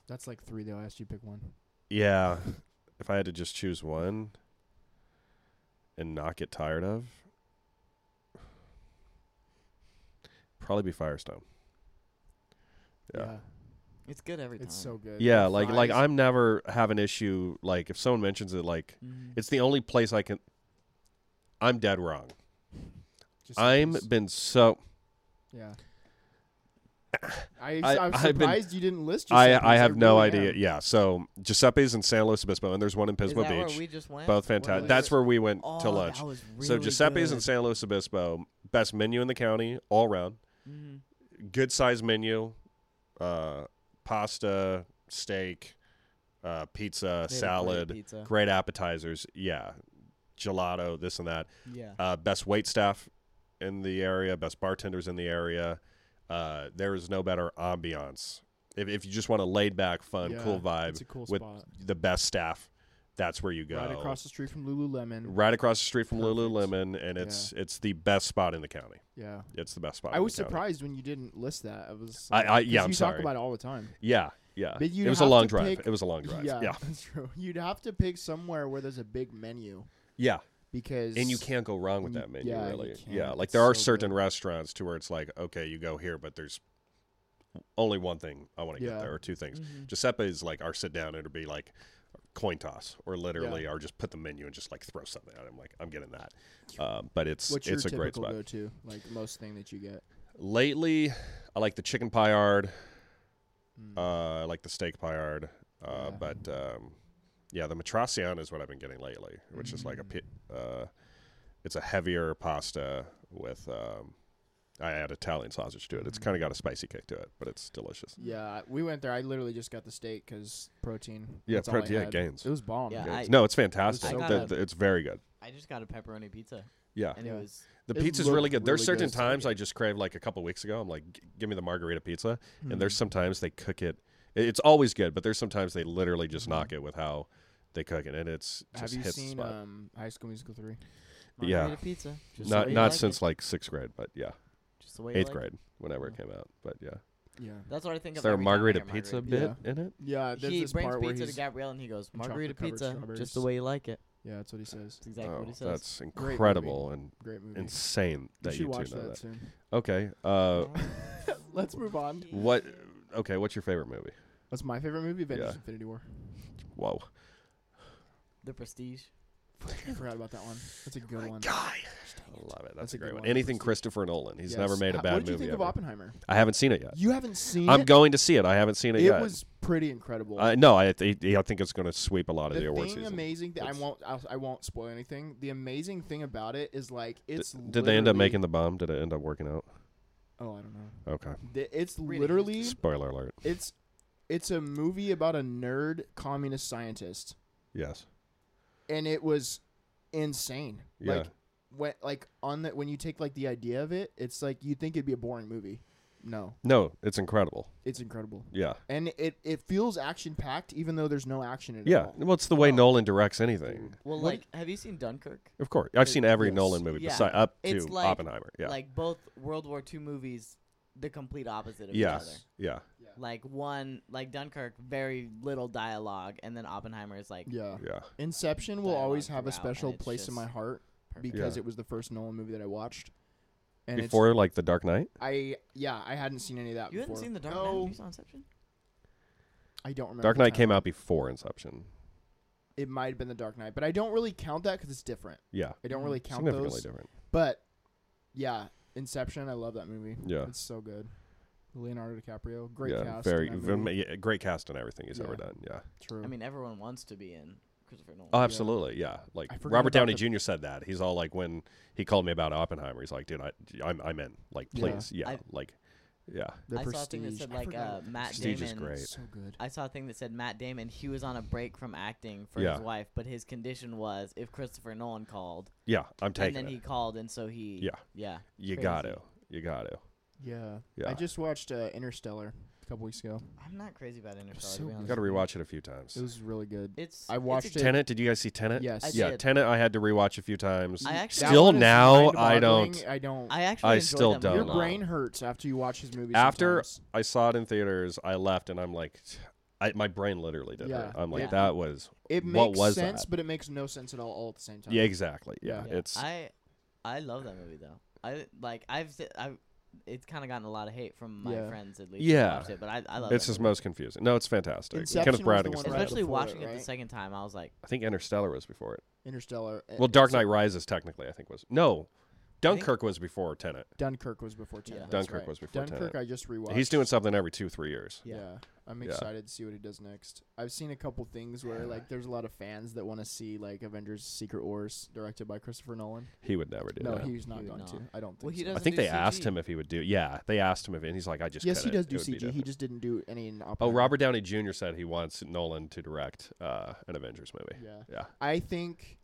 That's like three though. I asked you to pick one.
Yeah. If I had to just choose one and not get tired of, probably be Firestone. Yeah.
It's good every time.
It's so good.
Yeah,
The
like like
fries-
I'm never have an issue like if someone mentions it like
Mhm.
it's the only place I can I'm dead wrong.
Just
I'm
because-
been so
Yeah. I,
I-
I, am
I've been-
surprised you didn't list.
I
Giuseppe's.
I have no
really
idea.
am.
Yeah, so Giuseppe's in San Luis Obispo and there's one in
Is
Pismo
that
Beach.
Where we just went?
Both
was
fantastic.
it?
That's where we went
oh,
to lunch.
That was really
so Giuseppe's in
good.
San Luis Obispo, best menu in the county all around.
Mhm.
Good size menu, uh, pasta, steak, uh, pizza,
They had a great
salad, great,
pizza.
appetizers. Yeah, gelato, this and that.
Yeah.
Uh, best wait staff in the area, best bartenders in the area. Uh, there is no better ambiance. If, if you just want a laid back, fun,
Yeah,
cool vibe,
It's a cool
with
spot.
the best staff, that's where you go
Right across the street from Lululemon.
right across the street from
Perfect.
Lululemon, and it's it's the best spot in the county.
Yeah.
It's the best spot.
I
in
was
the county.
surprised when you didn't list that. I was.
I-
like-
I- yeah,
'cause
I'm
you
sorry.
talk about it all the time.
Yeah, Yeah,
But you'd
it was a
have
long
to
drive.
pick-
It was a long drive. Yeah, yeah,
that's true. You'd have to pick somewhere where there's a big menu because
and you can't go wrong with
You-
that menu.
yeah, you
really,
can't.
yeah. Like
It's
there are
so
certain restaurants to where it's like, okay, you go here, but there's only one thing I want to
Yeah.
get there, or two things. Giuseppe's like our sit down. It'll be like coin toss, or literally, or just put the menu and just like throw something at him. Like I'm getting that, um, but it's
What's
it's
your
a great
typical
spot.
go-to? Like most thing that you get.
Lately, I like the chicken paillard.
Mm.
Uh, I like the steak paillard. Uh,
Yeah.
But um, yeah, the matriciana is what I've been getting lately, which is like a
Mm.
pi- uh, it's a heavier pasta with um, I add Italian sausage to it. It's
Mhm.
kind of got a spicy kick to it, but it's delicious.
yeah, we went there. I literally just got the steak because protein.
Yeah,
that's all I
protein- yeah,
had.
gains.
It was bomb.
Yeah,
Yeah, it's-
I-
no, it's fantastic.
so
The-
good.
the- it's very good.
I just got a pepperoni pizza,
Yeah,
and it
Yeah.
was
the
It
pizza's really
looked
good. There's
really
certain
good.
times I just crave like a couple weeks ago. I'm like, "G- give me the margarita
Hmm.
pizza,
Mm-hmm.
and there's sometimes they cook it. i- It's always good, but there's sometimes they literally just knock it with how they cook it, and it's
Have
just
you
hits the
seen
spot.
um, High School Musical three?
Yeah.
margarita pizza. Just the
not
way you
not
like it.
since like sixth grade, but yeah,
Just the way you
eighth
like it.
grade, whenever it came out. But yeah,
Yeah.
That's what I think
is
of.
there a
every time I
margarita
hear
pizza
margarita
bit in it?
Yeah,
pizza.
there's
He
this
brings
part where
pizza to
he's-
Gabrielle, and he goes,
chocolate
"Margarita
covered
pizza,
strawberries.
just the way you like it."
yeah, that's what he says.
That's exactly
oh,
what he says.
that's
movie.
incredible and
Great movie.
insane
you
that
should
you,
watch
two know that.
soon.
Okay, uh,
Let's move on.
what? Okay, what's your favorite movie?
That's my favorite movie, Avengers:
Yeah.
Infinity War.
Whoa,
The Prestige.
I forgot about that one. That's a good one.
guy, I love it. That's, a great one. Anything Christopher Nolan. He's
Yes.
never made a
How-
bad
What did you
movie.
think
ever.
of Oppenheimer?
I haven't seen it yet.
You haven't seen
I'm
it.
going to see it. I haven't seen it,
It
yet.
was pretty incredible.
I no, I, th- I think it's going to sweep a lot of
the
the, award
thing
season.
amazing thi- I
It's-
won't I'll, I won't spoil anything. The amazing thing about it is like
Did-
it's
did they end up
literally-
making the bomb? Did it end up working out?
Oh, I don't know.
Okay.
The- It's
Really?
literally
Spoiler alert.
it's it's a movie about a nerd communist scientist
Yes.
and it was insane.
Yeah.
Like when like on the when you take like the idea of it, it's like you'd think it'd be a boring movie. No,
No, it's incredible.
it's incredible.
Yeah.
And it it feels action packed even though there's no action in it.
Yeah.
at all.
Well, it's the way Nolan directs anything.
Well,
What-
like, have you seen Dunkirk?
Of course. I've
It-
seen every
yes.
Nolan movie
Yeah.
besides up to
It's like-
Oppenheimer. Yeah.
Like both World War II movies, the complete opposite of each other.
yes. Yeah.
Like one, like Dunkirk, very little dialogue, and then Oppenheimer is like
Yeah.
Yeah.
Inception will always
dialogue
have a
throughout, and
special
it's
place in my
just
heart
perfect.
because
Yeah.
it was the first Nolan movie that I watched. And it's-
Before like The Dark Knight.
I yeah, I hadn't seen any of that
You
before.
hadn't seen the Dark
No.
Knight? You saw Inception?
I don't remember.
Dark
the
Knight came
timeline.
out before Inception.
It might have been the Dark Knight, but I don't really count that cuz it's different.
Yeah.
I
Mm-hmm.
don't really count
Significantly
those.
different.
But yeah, Inception, I love that movie.
Yeah.
It's so good. Leonardo DiCaprio, great
yeah.
cast. in
very
that
v-
movie.
yeah, great cast on everything he's ever
Yeah.
done. Yeah.
True.
I mean, everyone wants to be in Christopher Nolan.
Oh, absolutely. Yeah. Like
I forgot
Robert
about
Downey
the-
Jr. said that. He's all like, when he called me about Oppenheimer, he's like, dude, I, I'm, I'm in. Like,
Yeah.
please. Yeah.
I-
like, yeah.
the
I
Prestige.
saw a thing that said
I
like
forgot
uh,
about
Matt
Prestige is
Damon.
Prestige.
great.
So good.
I saw a thing that said Matt Damon. He was on a break from acting for
Yeah.
his wife, but his condition was if Christopher Nolan called,
Yeah. I'm
and
taking
then
it.
he called, and so he
Yeah.
yeah
you
crazy.
got to. You got to.
Yeah.
Yeah.
I just watched uh, Interstellar a couple weeks ago.
I'm not crazy about Interstellar.
so
to be
good.
You
honest.
got to rewatch it a few times.
It was really good.
It's
I
it's a
watched
good-
it.
Tenet, did you guys see Tenet?
Yes.
I
yeah,
did.
Tenet I had to rewatch a few times.
I actually
That
Still
one is
now, I
mind-boggling.
don't-
I don't.
I actually
I
enjoyed
still
that
don't
movie.
Your
know.
brain hurts after you watch his movies.
After
sometimes.
I saw it in theaters, I left and I'm like I, my brain literally did
Yeah.
it. I'm like
Yeah.
that was
it makes
what was
sense,
that?
but it makes no sense at all. All at the same time.
Yeah, exactly. Yeah.
Yeah.
Yeah.
It's
I I love that movie though. I like I've se- I it's kind of gotten a lot of hate from my
Yeah.
friends at least. who
Yeah.
watched it, but I I love
it's
that
his
movie.
most confusing. No, it's fantastic.
Inception was
Kenneth
the
Branagh is
one right
fantastic.
especially
before
watching
it,
it the
right?
second time. I was like,
I think Interstellar was before it.
Interstellar. uh,
Well, Dark
so
Knight Rises technically I think was. No.
think-
Dunkirk was before Tenet.
Dunkirk was before
Yeah.
Tenet. that's
Dunkirk
right.
was before
Dunkirk.
Tenet.
I just rewatched.
He's doing something every 2-3 years.
Yeah.
Yeah.
I'm
Yeah.
excited to see what he does next. I've seen a couple things where like there's a lot of fans that want to see like Avengers: Secret Wars directed by Christopher Nolan.
He would never do
No,
that.
he's not
He would
going
not.
to. I don't think.
Well, he
so.
I
doesn't
think
do
they asked
CG.
him if he would do. Yeah, they asked him if, and he's like, "I just
Yes, he does
couldn't.
do
It would be
CG. He
different."
just didn't do any. in
Oh,
Oppenheimer.
Robert Downey Jr. said he wants Nolan to direct uh, an Avengers movie.
Yeah.
Yeah,
I think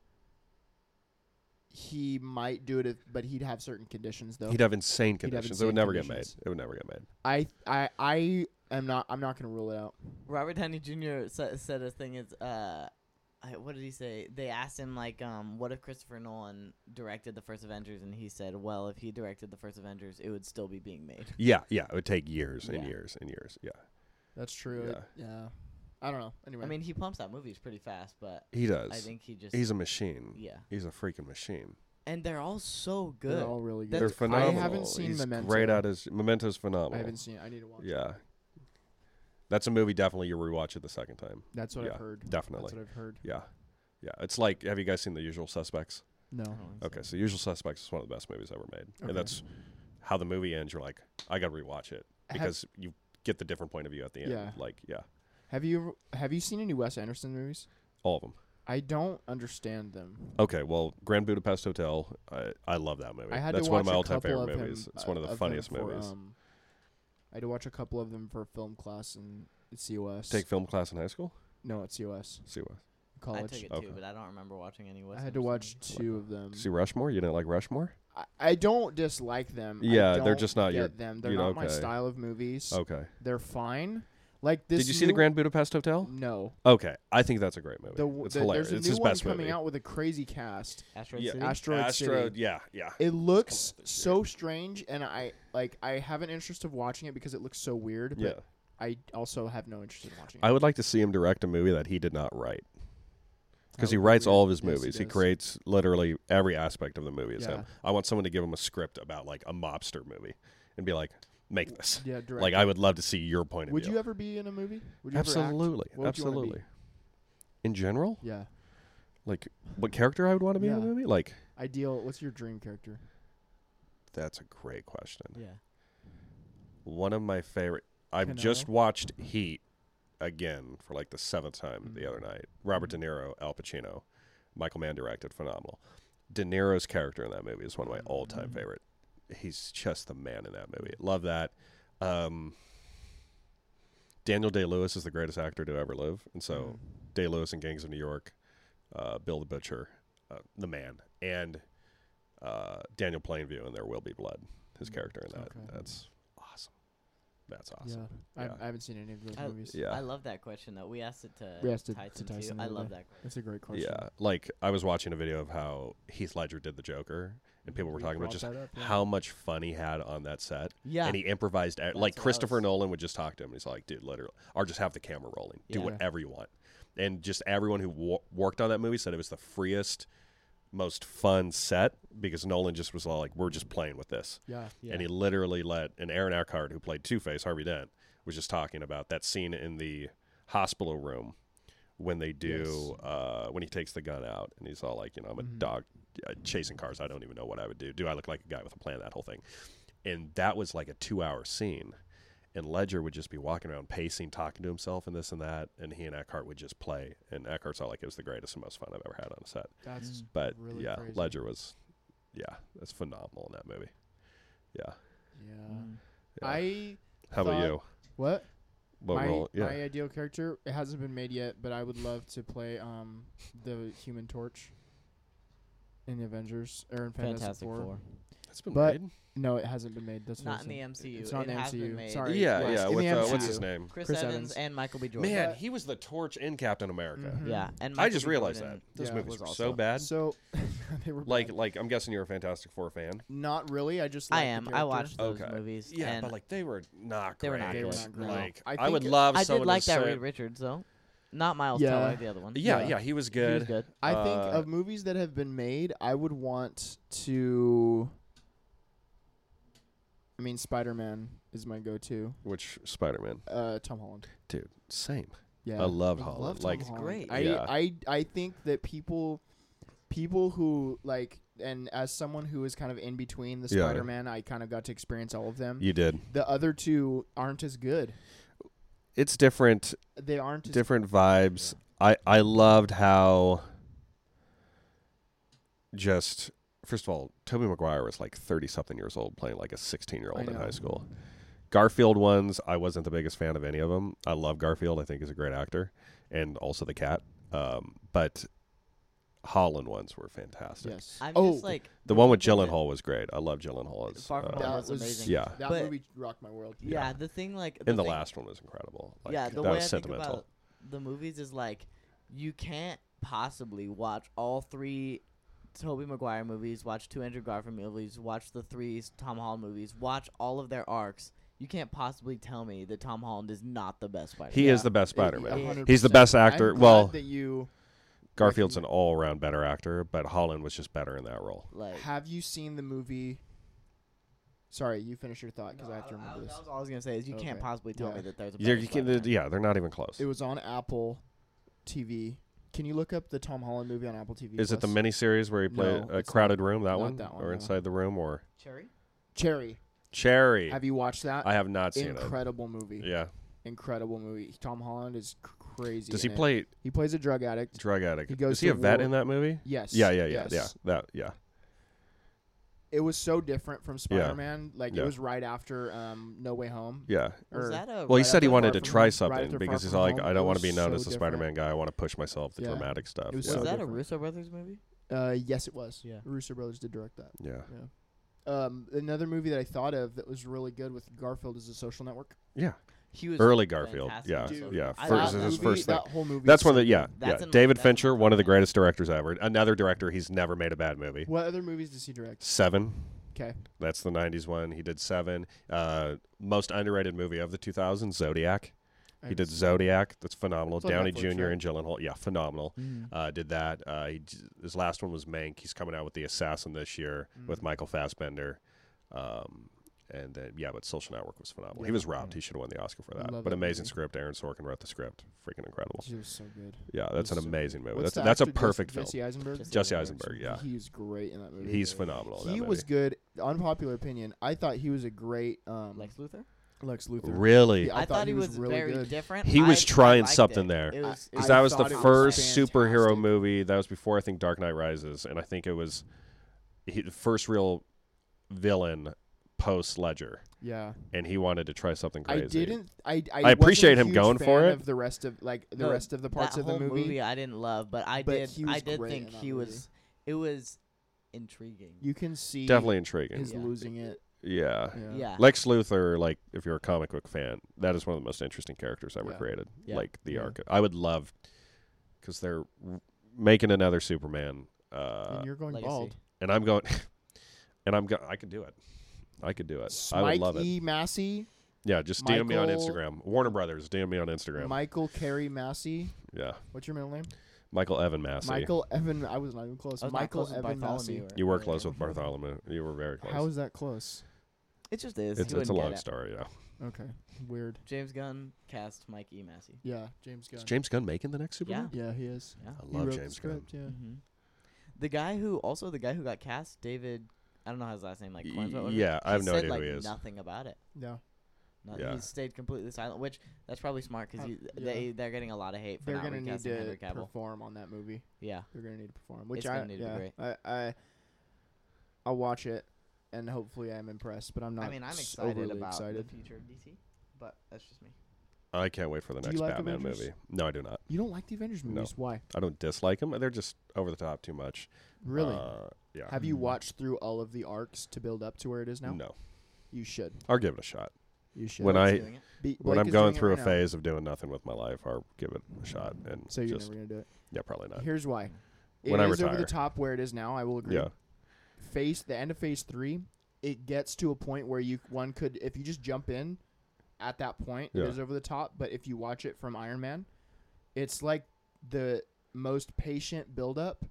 he might do it, if, but he'd have certain conditions though.
he'd have insane
have
conditions. it
insane
would never
conditions.
get made. It would never get made.
I I I am not. I'm not gonna rule it out.
Robert Downey Jr. sa- said a thing is uh. I, what did he say? They asked him like, um, "What if Christopher Nolan directed the first Avengers?" And he said, "Well, if he directed the first Avengers, it would still be being made."
Yeah, yeah, it would take years and
Yeah.
years and years. Yeah,
That's true. It- yeah. I don't know. Anyway,
I mean, he pumps out movies pretty fast, but
He does.
I think he just
he's a machine.
yeah.
He's a freaking machine.
And they're all so
they're
good.
all really good.
That's-
They're phenomenal.
I haven't seen
he's
Memento.
Great at his Memento's phenomenal.
I haven't seen it. I need to watch. it.
Yeah. That's a movie definitely you rewatch it the second time.
That's what
Yeah,
I've heard. That's
Definitely.
what I've heard.
Yeah. Yeah. It's like have you guys seen The Usual Suspects?
No.
I don't think
Okay, so Usual Suspects is one of the best movies ever made.
Okay.
And that's how the movie ends. You're like, I gotta rewatch it.
Have-
Because you get the different point of view at the end.
Yeah.
Like, yeah.
Have you have you seen any Wes Anderson movies?
All of them.
I don't understand them.
Okay, well, Grand Budapest Hotel. I, I love that movie.
I had
That's
to
one
watch
of my
a
all-time
couple
favorite
of him.
movies. it's
uh,
one of
of
the
them
funniest
for,
movies.
Um, I had to watch a couple of them for film class and at COS.
Take film class in high school.
no, at COS
See what?
Mm-hmm.
so.
college.
I took it
Okay.
too, but I don't remember watching any. Wes
I had to
Anderson
watch
movies.
two of them.
See Rushmore. You didn't like Rushmore?
I, I don't dislike them. I
Yeah, they're
don't
just not
get
your-
them. They're
you know,
not my
okay.
style of movies.
Okay.
They're fine. Like this.
Did you see the
new-
Grand Budapest Hotel?
No,
Okay, I think that's a great movie.
the, w-
it's
the
hilarious.
there's a
it's
new
his
one
best
coming
movie.
out with a crazy cast.
Asteroid
Yeah.
City.
Asteroid,
Astro.
City.
Yeah, yeah.
It looks
out this year.
so strange, and I like I have an interest of watching it because it looks so weird.
yeah.
But I also have no interest in watching it.
I would like to see him direct a movie that he did not write because
That
he
would be
writes
weird.
all of his
Yes, he
movies. he
does.
creates literally every aspect of the movie. Is him.
Yeah.
I want someone to give him a script about like a mobster movie and be like, make this.
Yeah, direct.
Like I would love to see your point of
would
view.
you ever be in a movie? Would you ever act?
absolutely,
What would you wanna be?
absolutely. In general,
Yeah.
like what character I would want to be in a
Yeah.
movie? Like
Ideal. What's your dream character?
that's a great question.
Yeah.
One of my favorite. I've just watched Heat again for like the seventh time the
Mhm.
other night. Robert De Niro, Al Pacino, Michael Mann directed, phenomenal. De Niro's character in that movie is one of my all-time
Mhm.
favorite. He's just the man in that movie. Love that. Um, Daniel Day Lewis is the greatest actor to ever live, and so Day Lewis and Gangs of New York, uh, Bill the Butcher, uh, the Man, and uh, Daniel Plainview and There Will Be Blood. His
Mm,
character in that.
okay.
That's awesome. That's
yeah.
awesome.
I,
Yeah.
I haven't seen any of those
I-
movies.
Yeah.
I love that question though. We asked it to
We asked it to
Tyson,
Tyson
too.
the
I
other
love
day.
that question.
That's a great question.
Yeah. Like I was watching a video of how Heath Ledger did the Joker, and people were
We
talking about
brought
just
that up, yeah.
how much fun he had on that set,
Yeah.
and he improvised. e-
That's
like
what I
Christopher
was-
Nolan would just talk to him, and he's like, "Dude, literally, or just have the camera rolling, do
Yeah.
whatever you want." And just everyone who wo- worked on that movie said it was the freest, most fun set because Nolan just was all like, "We're just playing with this."
Yeah.
yeah.
and he literally let and Aaron Eckhart, who played Two Face, Harvey Dent, was just talking about that scene in the hospital room when they do uh, when he takes the gun out and he's all like, you know, I'm a
Mhm.
dog uh, chasing cars. I don't even know what I would do. Do I look like a guy with a plan? That whole thing, and that was like a two hour scene. And Ledger would just be walking around, pacing, talking to himself, and this and that. And he and Eckhart would just play. And Eckhart's all like, "It was the greatest and most fun I've ever had on a set."
That's
But
Really
yeah,
crazy.
Ledger was, yeah, that's phenomenal in that movie. Yeah.
yeah.
Mm.
yeah.
I
How about
thought-
you?
what?
What
my
role? Yeah.
my ideal character it hasn't been made yet, but I would love to play um the Human Torch in the Avengers or in Fantastic,
Fantastic
Four.
Four.
It's been
but-
made.
No, it hasn't been made. That's what
Not
I'm
in the
saying.
MCU.
It's not
it
in the
has been
MCU.
made.
Sorry.
Yeah,
yes,
yeah.
in
With
the
uh, what's
MCU.
his name?
Chris,
Chris
Evans,
Evans.
and Michael B. Jordan.
Man,
But-
he was the Torch in Captain America.
Mhm.
Yeah. And
I
Michael
just
B.
realized
Jordan.
that those
yeah,
movies
was
were so
also-
bad.
So they were
like,
bad.
like I'm guessing you're a Fantastic Four fan.
not really. I just
I
like the
am. I
character.
watched those
Okay.
movies.
Yeah,
and
but like they were not
They
great.
were not
They were
good.
not great.
Like
No. I
I, would
think-
love.
I did
someone
like
to
that
say-
Reed Richards though. Not Miles
Yeah.
Teller, the other one.
Yeah,
Yeah.
yeah, he was
He
good.
was good.
I think
Uh,
of movies that have been made, I would want to. I mean, Spider Man is my go-to.
Which Spider-Man,
Uh, Tom Holland.
dude, same.
Yeah,
I love
I
Holland.
love Tom
like,
Holland. He's great.
I,
Yeah.
I, I think that people, people who like, and as someone who is kind of in between the
Yeah.
Spider Man, I kind of got to experience all of them.
you did.
The other two aren't as good.
It's different.
They aren't as
different vibes. I I loved how just first of all, Toby Maguire was like 30 something years old playing like a 16 year
I
old in
know.
high school. Garfield ones, I wasn't the biggest fan of any of them. I love Garfield. I think he's a great actor and also the cat. Um, but Holland ones were fantastic.
Yes.
I'm
oh,
just like
The one with Gyllenhaal was great. I love Gyllenhaal. as,
Far From
uh,
Home
That
was
was-
amazing.
yeah.
that
but-
movie rocked my world.
Yeah, the thing like
And the
thing-
last one was incredible. Like,
yeah, the
that
way
was
I
sentimental.
think about the movies is like you can't possibly watch all three Toby Maguire movies, watch two Andrew Garfield movies, watch the three Tom Holland movies, watch all of their arcs. You can't possibly tell me that Tom Holland is not the best Spider.
He
Yeah.
is the best Spider
A
Man.
Yeah.
hundred
He's the
percent.
best actor.
I'm glad
Well-
that you
Garfield's an all around better actor, but Holland was just better in that role.
Like
have you seen the movie? Sorry, you finish your thought because I have to remember this.
That was all I was gonna say is you can't
Okay.
possibly tell
Yeah.
me that there's a.
You're,
Better
you can,
Spider-Man.
yeah, they're not even close.
It was on Apple TV. Can you look up the Tom Holland movie on Apple TV?
Is it the
Plus?
miniseries where he played
No,
a
it's
crowded room? That
not
one,
that one,
or
no.
inside the room, or
Cherry.
Cherry?
Cherry?
Have you watched that?
I have not seen
Incredible movie.
it. Yeah.
Incredible movie. Tom Holland is c- crazy.
Does he
in it.
play
He plays a drug addict.
drug addict?
He goes
Is he
to
a vet
war-
in that movie?
Yes.
Yeah, yeah, yeah,
yes.
yeah. That, yeah.
It was so different from Spider-Man. Like
Yeah.
it was right after um, No Way Home. Er,
Yeah.
Was
or-
that a?
Well, he
Right
said he
after
wanted
Far
to
From
try
Home- right
something
after
because
Far
he's
From
like,
Home,
I
it
don't want
was
to be known
so
as a
different.
Spider-Man guy. I want to push myself to
Yeah.
dramatic stuff.
It was
yeah.
was
so
that a
different.
Russo brothers movie?
Uh, yes, it was.
Yeah.
Russo brothers did direct that.
yeah.
Um, another movie that I thought of that was really good with Garfield is The Social Network.
Yeah.
He was
Early Garfield.
fantastic
Yeah.
in Social
yeah.
Network. I
First-
love
this
that
that
is his
movie-
first thing.
That whole movie.
That's
is
one
so
of the yeah,
good.
yeah.
That's an-
David
that's
Fincher,
an-
one of the greatest directors ever. Another director, he's never made a bad movie.
What other movies does he direct?
Seven.
Okay.
That's the '90s one. He did Seven. Uh, most underrated movie of the 2000s, Zodiac. He did Zodiac. That's phenomenal.
It's on
Downey
Netflix,
Jr.
right?
and Gyllenhaal. Yeah, phenomenal.
Mm.
Uh, did that. Uh, he, j- his last one was Mank. He's coming out with The Assassin this year with
Mm.
Michael Fassbender. Um, and then, yeah, but Social Network was phenomenal. He
Yeah. Mm.
was robbed. He should have won the Oscar for
I
that.
love
But
that
amazing
movie.
script. Aaron Sorkin wrote the script. Freaking incredible.
He was so good.
Yeah, that's an
was so
amazing movie.
What's
That's
the
that's a
actor, Jesse-
perfect film.
Jesse Eisenberg.
Jesse
Jesse Eisenberg. Yeah,
He's great in that movie.
he's phenomenal. in that
He
movie.
was good. Unpopular opinion. I thought he was a great um,
Lex Luthor.
Lex Luthor.
Really?
Yeah, I thought he was really
very
good.
different.
He was
I- I
trying
liked
something
it.
there.
It was,
I-
Because
it
that
was
was the
thought it was
first superhero
fantastic.
movie. That was before I think Dark Knight Rises, and I think it was he, the first real villain post Ledger,
Yeah,
and he wanted to try something crazy.
I didn't. I I,
I appreciate
wasn't a
him
huge
going
fan
for it.
Of the rest of like the
No,
rest of the parts
that
of the
whole
movie.
I didn't love, but I
But
did.
he was
I did
great
think
in that
he
movie.
was. It was intriguing.
You can see
Definitely intriguing.
his
Yeah.
losing it.
yeah.
Yeah.
yeah.
Lex Luthor, like if you're a comic book fan, that is one of the most interesting characters ever
Yeah.
created.
Yeah.
Like the
Yeah.
arc, I would love because they're r- making another Superman, uh,
and you're going
Legacy.
bald.
and I'm going, and I'm going. I could do it. I could do it. I
Mike
would love it.
E. Massey,
Yeah, just DM me on
Michael-
Instagram. Warner Brothers, DM me on Instagram.
Michael Carey Massey.
yeah,
What's your middle name?
Michael Evan Massey.
Michael Evan. I was not even close.
I was not
Michael
close with
Evan
Bartholomew
Massey.
or-
You were
or
close with
anything.
Bartholomew. You were very close.
How is that close?
It just is.
it's
You
it's a
wouldn't get
long
it.
story. Yeah.
Okay, weird.
James Gunn cast Mike E. Massey.
Yeah, James Gunn.
Is James Gunn making the next Superman?
yeah, he is.
Yeah.
I
He
love
wrote the
James Gunn.
script, Yeah.
hmm The guy who also the guy who got cast, David. I don't know his last name. Like
Y-
Coins,
yeah, I have no
said,
idea who
like,
he is.
Nothing about it.
No,
No,
Yeah.
He stayed completely silent, which that's probably smart because
Uh, yeah.
they they're getting a lot of hate for
they're
not
gonna need
recasting
to
Henry Cavill.
perform on that movie.
Yeah,
They're gonna need to perform, which
It's
I
gonna need to be
yeah,
great.
I, I I'll watch it, and hopefully I'm impressed. But I'm not.
I mean, I'm
s-
excited
overly
about
excited.
the future of DC, but that's just me.
I can't wait for the
Do you
next
like
Batman
Avengers?
movie. No, I do not.
You don't like the Avengers
No.
movies? Why?
I don't dislike them. They're just over the top too much.
Really?
Uh, yeah.
Have you
Mm.
watched through all of the arcs to build up to where it is now?
No.
You should.
I'll give it a shot.
You should.
When I-
He's doing it.
Be-
When
Blake
I'm
is
going
doing it
through
right
a
now,
phase of doing nothing with my life, I'll give it a shot. And
So you're
just
never gonna do it.
yeah, probably not.
Here's why. It is
When I
over
retire.
the top where it is now. I will agree.
Yeah.
Phase the end of phase three, it gets to a point where you one could if you just jump in, at that point
Yeah.
it is over the top. But if you watch it from Iron Man, it's like the most patient build up.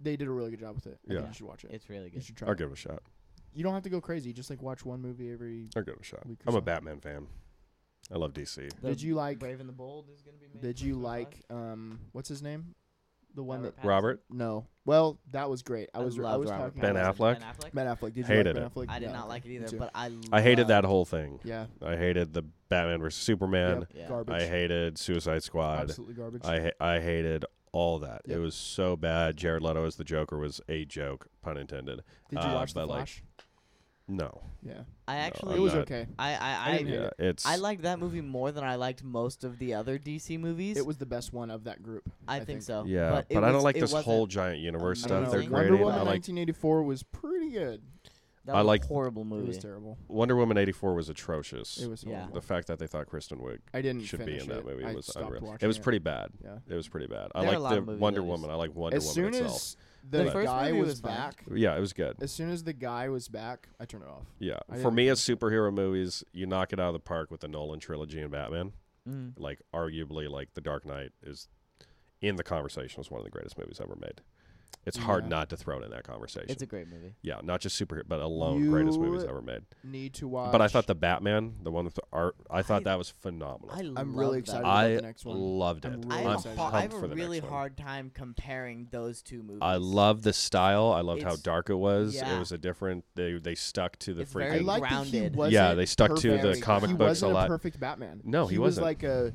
They did a really good job with it. I think
Yeah.
you should watch it.
It's really
you
good.
should try.
I'll
it.
give it a shot.
You don't have to go crazy. Just like watch one movie every.
I'll give it a shot.
Week or
I'm a
so.
Batman fan. I love DC.
The
did you like?
Brave and the Bold is gonna be made.
Did
in
you
2025.
like? Um, what's his name? The one
Robert
that.
Pattinson.
Robert,
No. Well, that was great. I was. I,
loved
was
Robert
talking.
Ben
about
Pattinson.
Affleck?
Ben Affleck.
Ben Affleck. Did you like
Hated it.
Ben Affleck?
I did
Yeah,
not
okay.
like it
Me
either,
too.
but I.
I hated
loved-
that whole thing.
yeah.
I hated the Batman versus Superman.
yep,
Yeah.
Garbage.
I hated Suicide Squad.
Absolutely garbage.
I ha- I hated all that. It
Yep.
was so bad. Jared Leto as the Joker was a joke, pun intended.
Did you
uh,
watch The
but, like,
Flash?
No,
yeah.
I
No,
actually.
I'm
It was
not-
okay.
I I
I
I,
didn't hate
yeah,
it.
it's
I liked that movie more than I liked most of the other DC movies.
It was the best one of that group.
I, think, so.
yeah, but,
but, it
I
was-
don't like
it
this
wasn't-
whole giant universe
I don't
stuff.
know.
They're
Wonder
grading.
Woman
I like
1984 was pretty good.
That
I
was
liked-
a horrible
It
movie.
was terrible.
Wonder Woman '84 was atrocious.
It was
Yeah.
horrible.
the fact that they thought Kristen Wiig
I didn't
should be
finish
in that
it.
movie
I
was
stopped
unreal.
watching
It was pretty bad.
Yeah.
It was pretty bad.
There are
I
a lot
like
of
the
movies
Wonder
that I just-
Woman. I like Wonder
As
Woman
soon
itself.
as the,
The first
guy
movie
was,
was fine.
back.
Yeah, it was good.
As soon as the guy was back, I turned it off.
Yeah.
I
For
didn't-
me, as superhero movies, you knock it out of the park with the Nolan trilogy and Batman.
Mm.
Like, arguably, like, The Dark Knight is in the conversation was one of the greatest movies ever made. It's hard
Yeah.
not to throw it in that conversation.
It's a great movie.
yeah, not just superhero, but alone greatest movies
You-
ever made.
Need to watch.
But I thought the Batman, the one with the art, I thought
I-
that was phenomenal.
I
I'm
love
really
that
excited
movie.
about
I
the next one.
loved
I'm
it.
I
really
have,
I'm
a,
excited.
ho-
pumped
I have
for
a
the
really
next one.
hard time comparing those two movies.
I love the style. I loved how
It's-
dark it was. It
yeah.
was a different. They they stuck to the
It's very
I
freaking.
like That
grounded.
he wasn't
Yeah, they stuck to the
perfect.
comic
he
books
wasn't
a lot.
perfect Batman.
No, he
was
wasn't.
like a.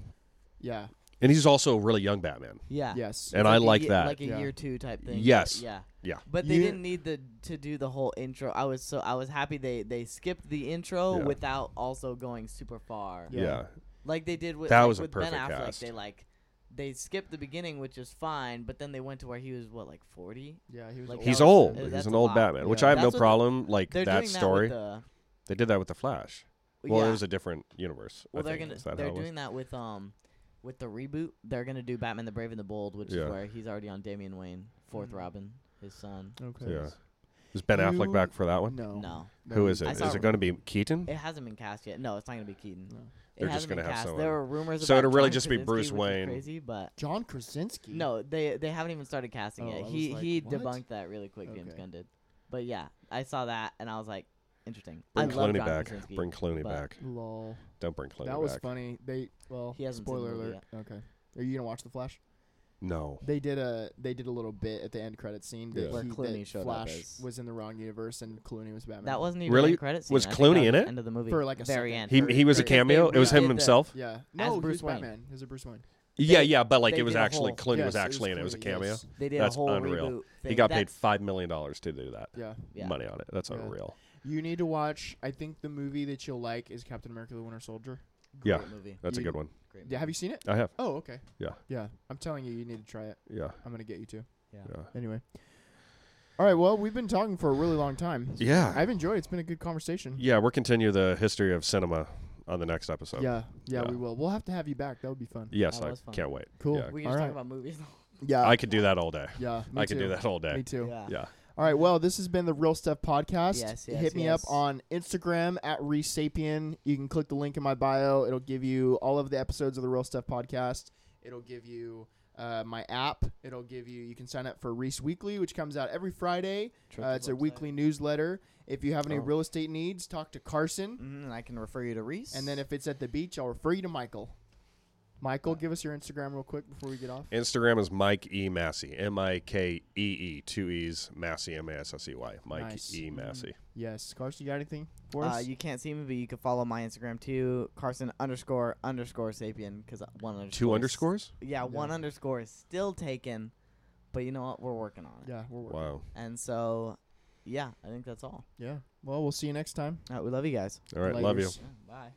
Yeah.
and he's also a really young Batman.
Yeah.
Yes.
And I
a
like
ye-
that.
Like a
Yeah.
year two type thing. but
Yes.
Yeah.
Yeah.
But they
You-
didn't need the to do the whole intro. I was so I was happy they they skipped the intro
Yeah.
without also going super far.
Yeah.
Yeah.
Like they did with
That
like
was a
with Ben
perfect
Affleck.
cast.
They like they skipped the beginning, which is fine, but then they went to where he was what like forty.
Yeah. He was.
Like,
old.
That
He's
was-
old.
uh,
He's
that's
an
a
old
lot.
Batman, which
Yeah.
I have no
That's what-
problem. Like
They're
that
doing
story,
that
they did that with the Flash.
with the.
Well,
yeah.
it was a different universe.
well,
I
they're
think.
gonna
Is that
they're
how it was?
doing that with um with the reboot. They're gonna do Batman the Brave and the Bold, which
Yeah.
is where he's already on Damian Wayne, 4th
Mhm.
Robin, his son.
Okay.
Yeah. Is Ben Affleck
You-
back for that one?
No.
No,
Who is it?
I
Is
saw
it
it.
going to be Keaton?
it hasn't been cast yet. No, it's not gonna be Keaton.
No.
It
They're just
hasn't been
gonna have
cast.
someone-
There were rumors.
So
about
it'll really
John
just be
Krasinski,
Bruce
which is
Wayne.
Crazy, but
John Krasinski.
no, they they haven't even started casting
Oh, I
yet.
was
He
like,
he
what?
debunked that really quick. James
Okay.
Gunn did. But yeah, I saw that and I was like, interesting.
Bring
I love
Clooney
John
back.
Krasinski.
Bring Clooney
but-
back.
Lol.
Don't bring Clooney
that was
back.
funny. They well.
He hasn't seen the
spoiler
movie
alert. Okay. Are you gonna watch the Flash?
No.
They did a they did a little bit at the end credit scene that
Yeah.
Where
he,
Clooney
that
showed up
Flash
as-
was in the wrong universe and Clooney was Batman.
That wasn't even
Really?
in the credit scene.
Was
I think that
Clooney in
the
it?
End of the movie
For, like, a
very
second.
end.
He
Very-
he was a
very- they
cameo. It was him
redid the-
himself.
yeah. No,
Bruce
he was
Wayne.
Batman. He was a Bruce Wayne.
Yeah, yeah, but like
they
it was
did a
actually
whole-
Clooney
Yes,
was
it was
actually in it. It was a
Clooney,
cameo.
yes.
They did
That's
a whole
unreal.
reboot.
He
thing.
got paid
That's-
five million dollars to do that.
Yeah.
yeah.
Money on it. That's
Yeah.
unreal.
You need to watch. I think the movie that you'll like is Captain America: The Winter Soldier.
Yeah.
Great movie.
That's a
You-
good one.
Great
Yeah, have you seen it?
I have.
Oh, okay.
Yeah.
Yeah. I'm telling you, you need to try it.
Yeah.
I'm gonna get you to.
Yeah.
Anyway. All right. Well, we've been talking for a really long time.
Yeah.
I've enjoyed. it. It's been a good conversation.
Yeah, we'll continue the history of cinema on the next episode.
Yeah, yeah,
Yeah.
we will. We'll have to have you back. That would be fun.
Yes,
That
I
was fun.
can't wait.
Cool.
Yeah.
We
All
just
right.
talk about movies.
Yeah,
I could do that all day.
yeah. Uh, Me
I could
too.
do that all
Me
day.
too.
Yeah.
Yeah.
All right. Well, this has been the Real Stuff Podcast.
Yes, yes,
Hit me
yes.
up on Instagram at Resapien. You can click the link in my bio. It'll give you all of the episodes of the Real Stuff Podcast. It'll give you uh, my app. It'll give you. You can sign up for Reese Weekly, which comes out every Friday.
Trip
Uh,
to
it's a
website.
weekly newsletter. If you have any
Oh.
real estate needs, talk to Carson.
Mhm, and I can refer you to Reese.
And then if it's at the beach, I'll refer you to Michael. Michael, give us your Instagram real quick before we get off.
Instagram is Mike E Massey. M I K E E two E's Massey M A S S E Y. Mike
Nice.
E Massey.
Yes, Carson, you got anything for us?
uh, you can't see me, but you can follow my Instagram too, Carson underscore underscore sapien because one underscore
Two
is-
underscores?
Yeah, one
Yeah.
underscore is still taken, but you know what? We're working on it.
yeah, we're working.
Wow.
And so, yeah, I think that's all.
Yeah. Well, we'll see you next time.
All right, we love you guys.
All right, love you.
Laters.
Yeah, bye.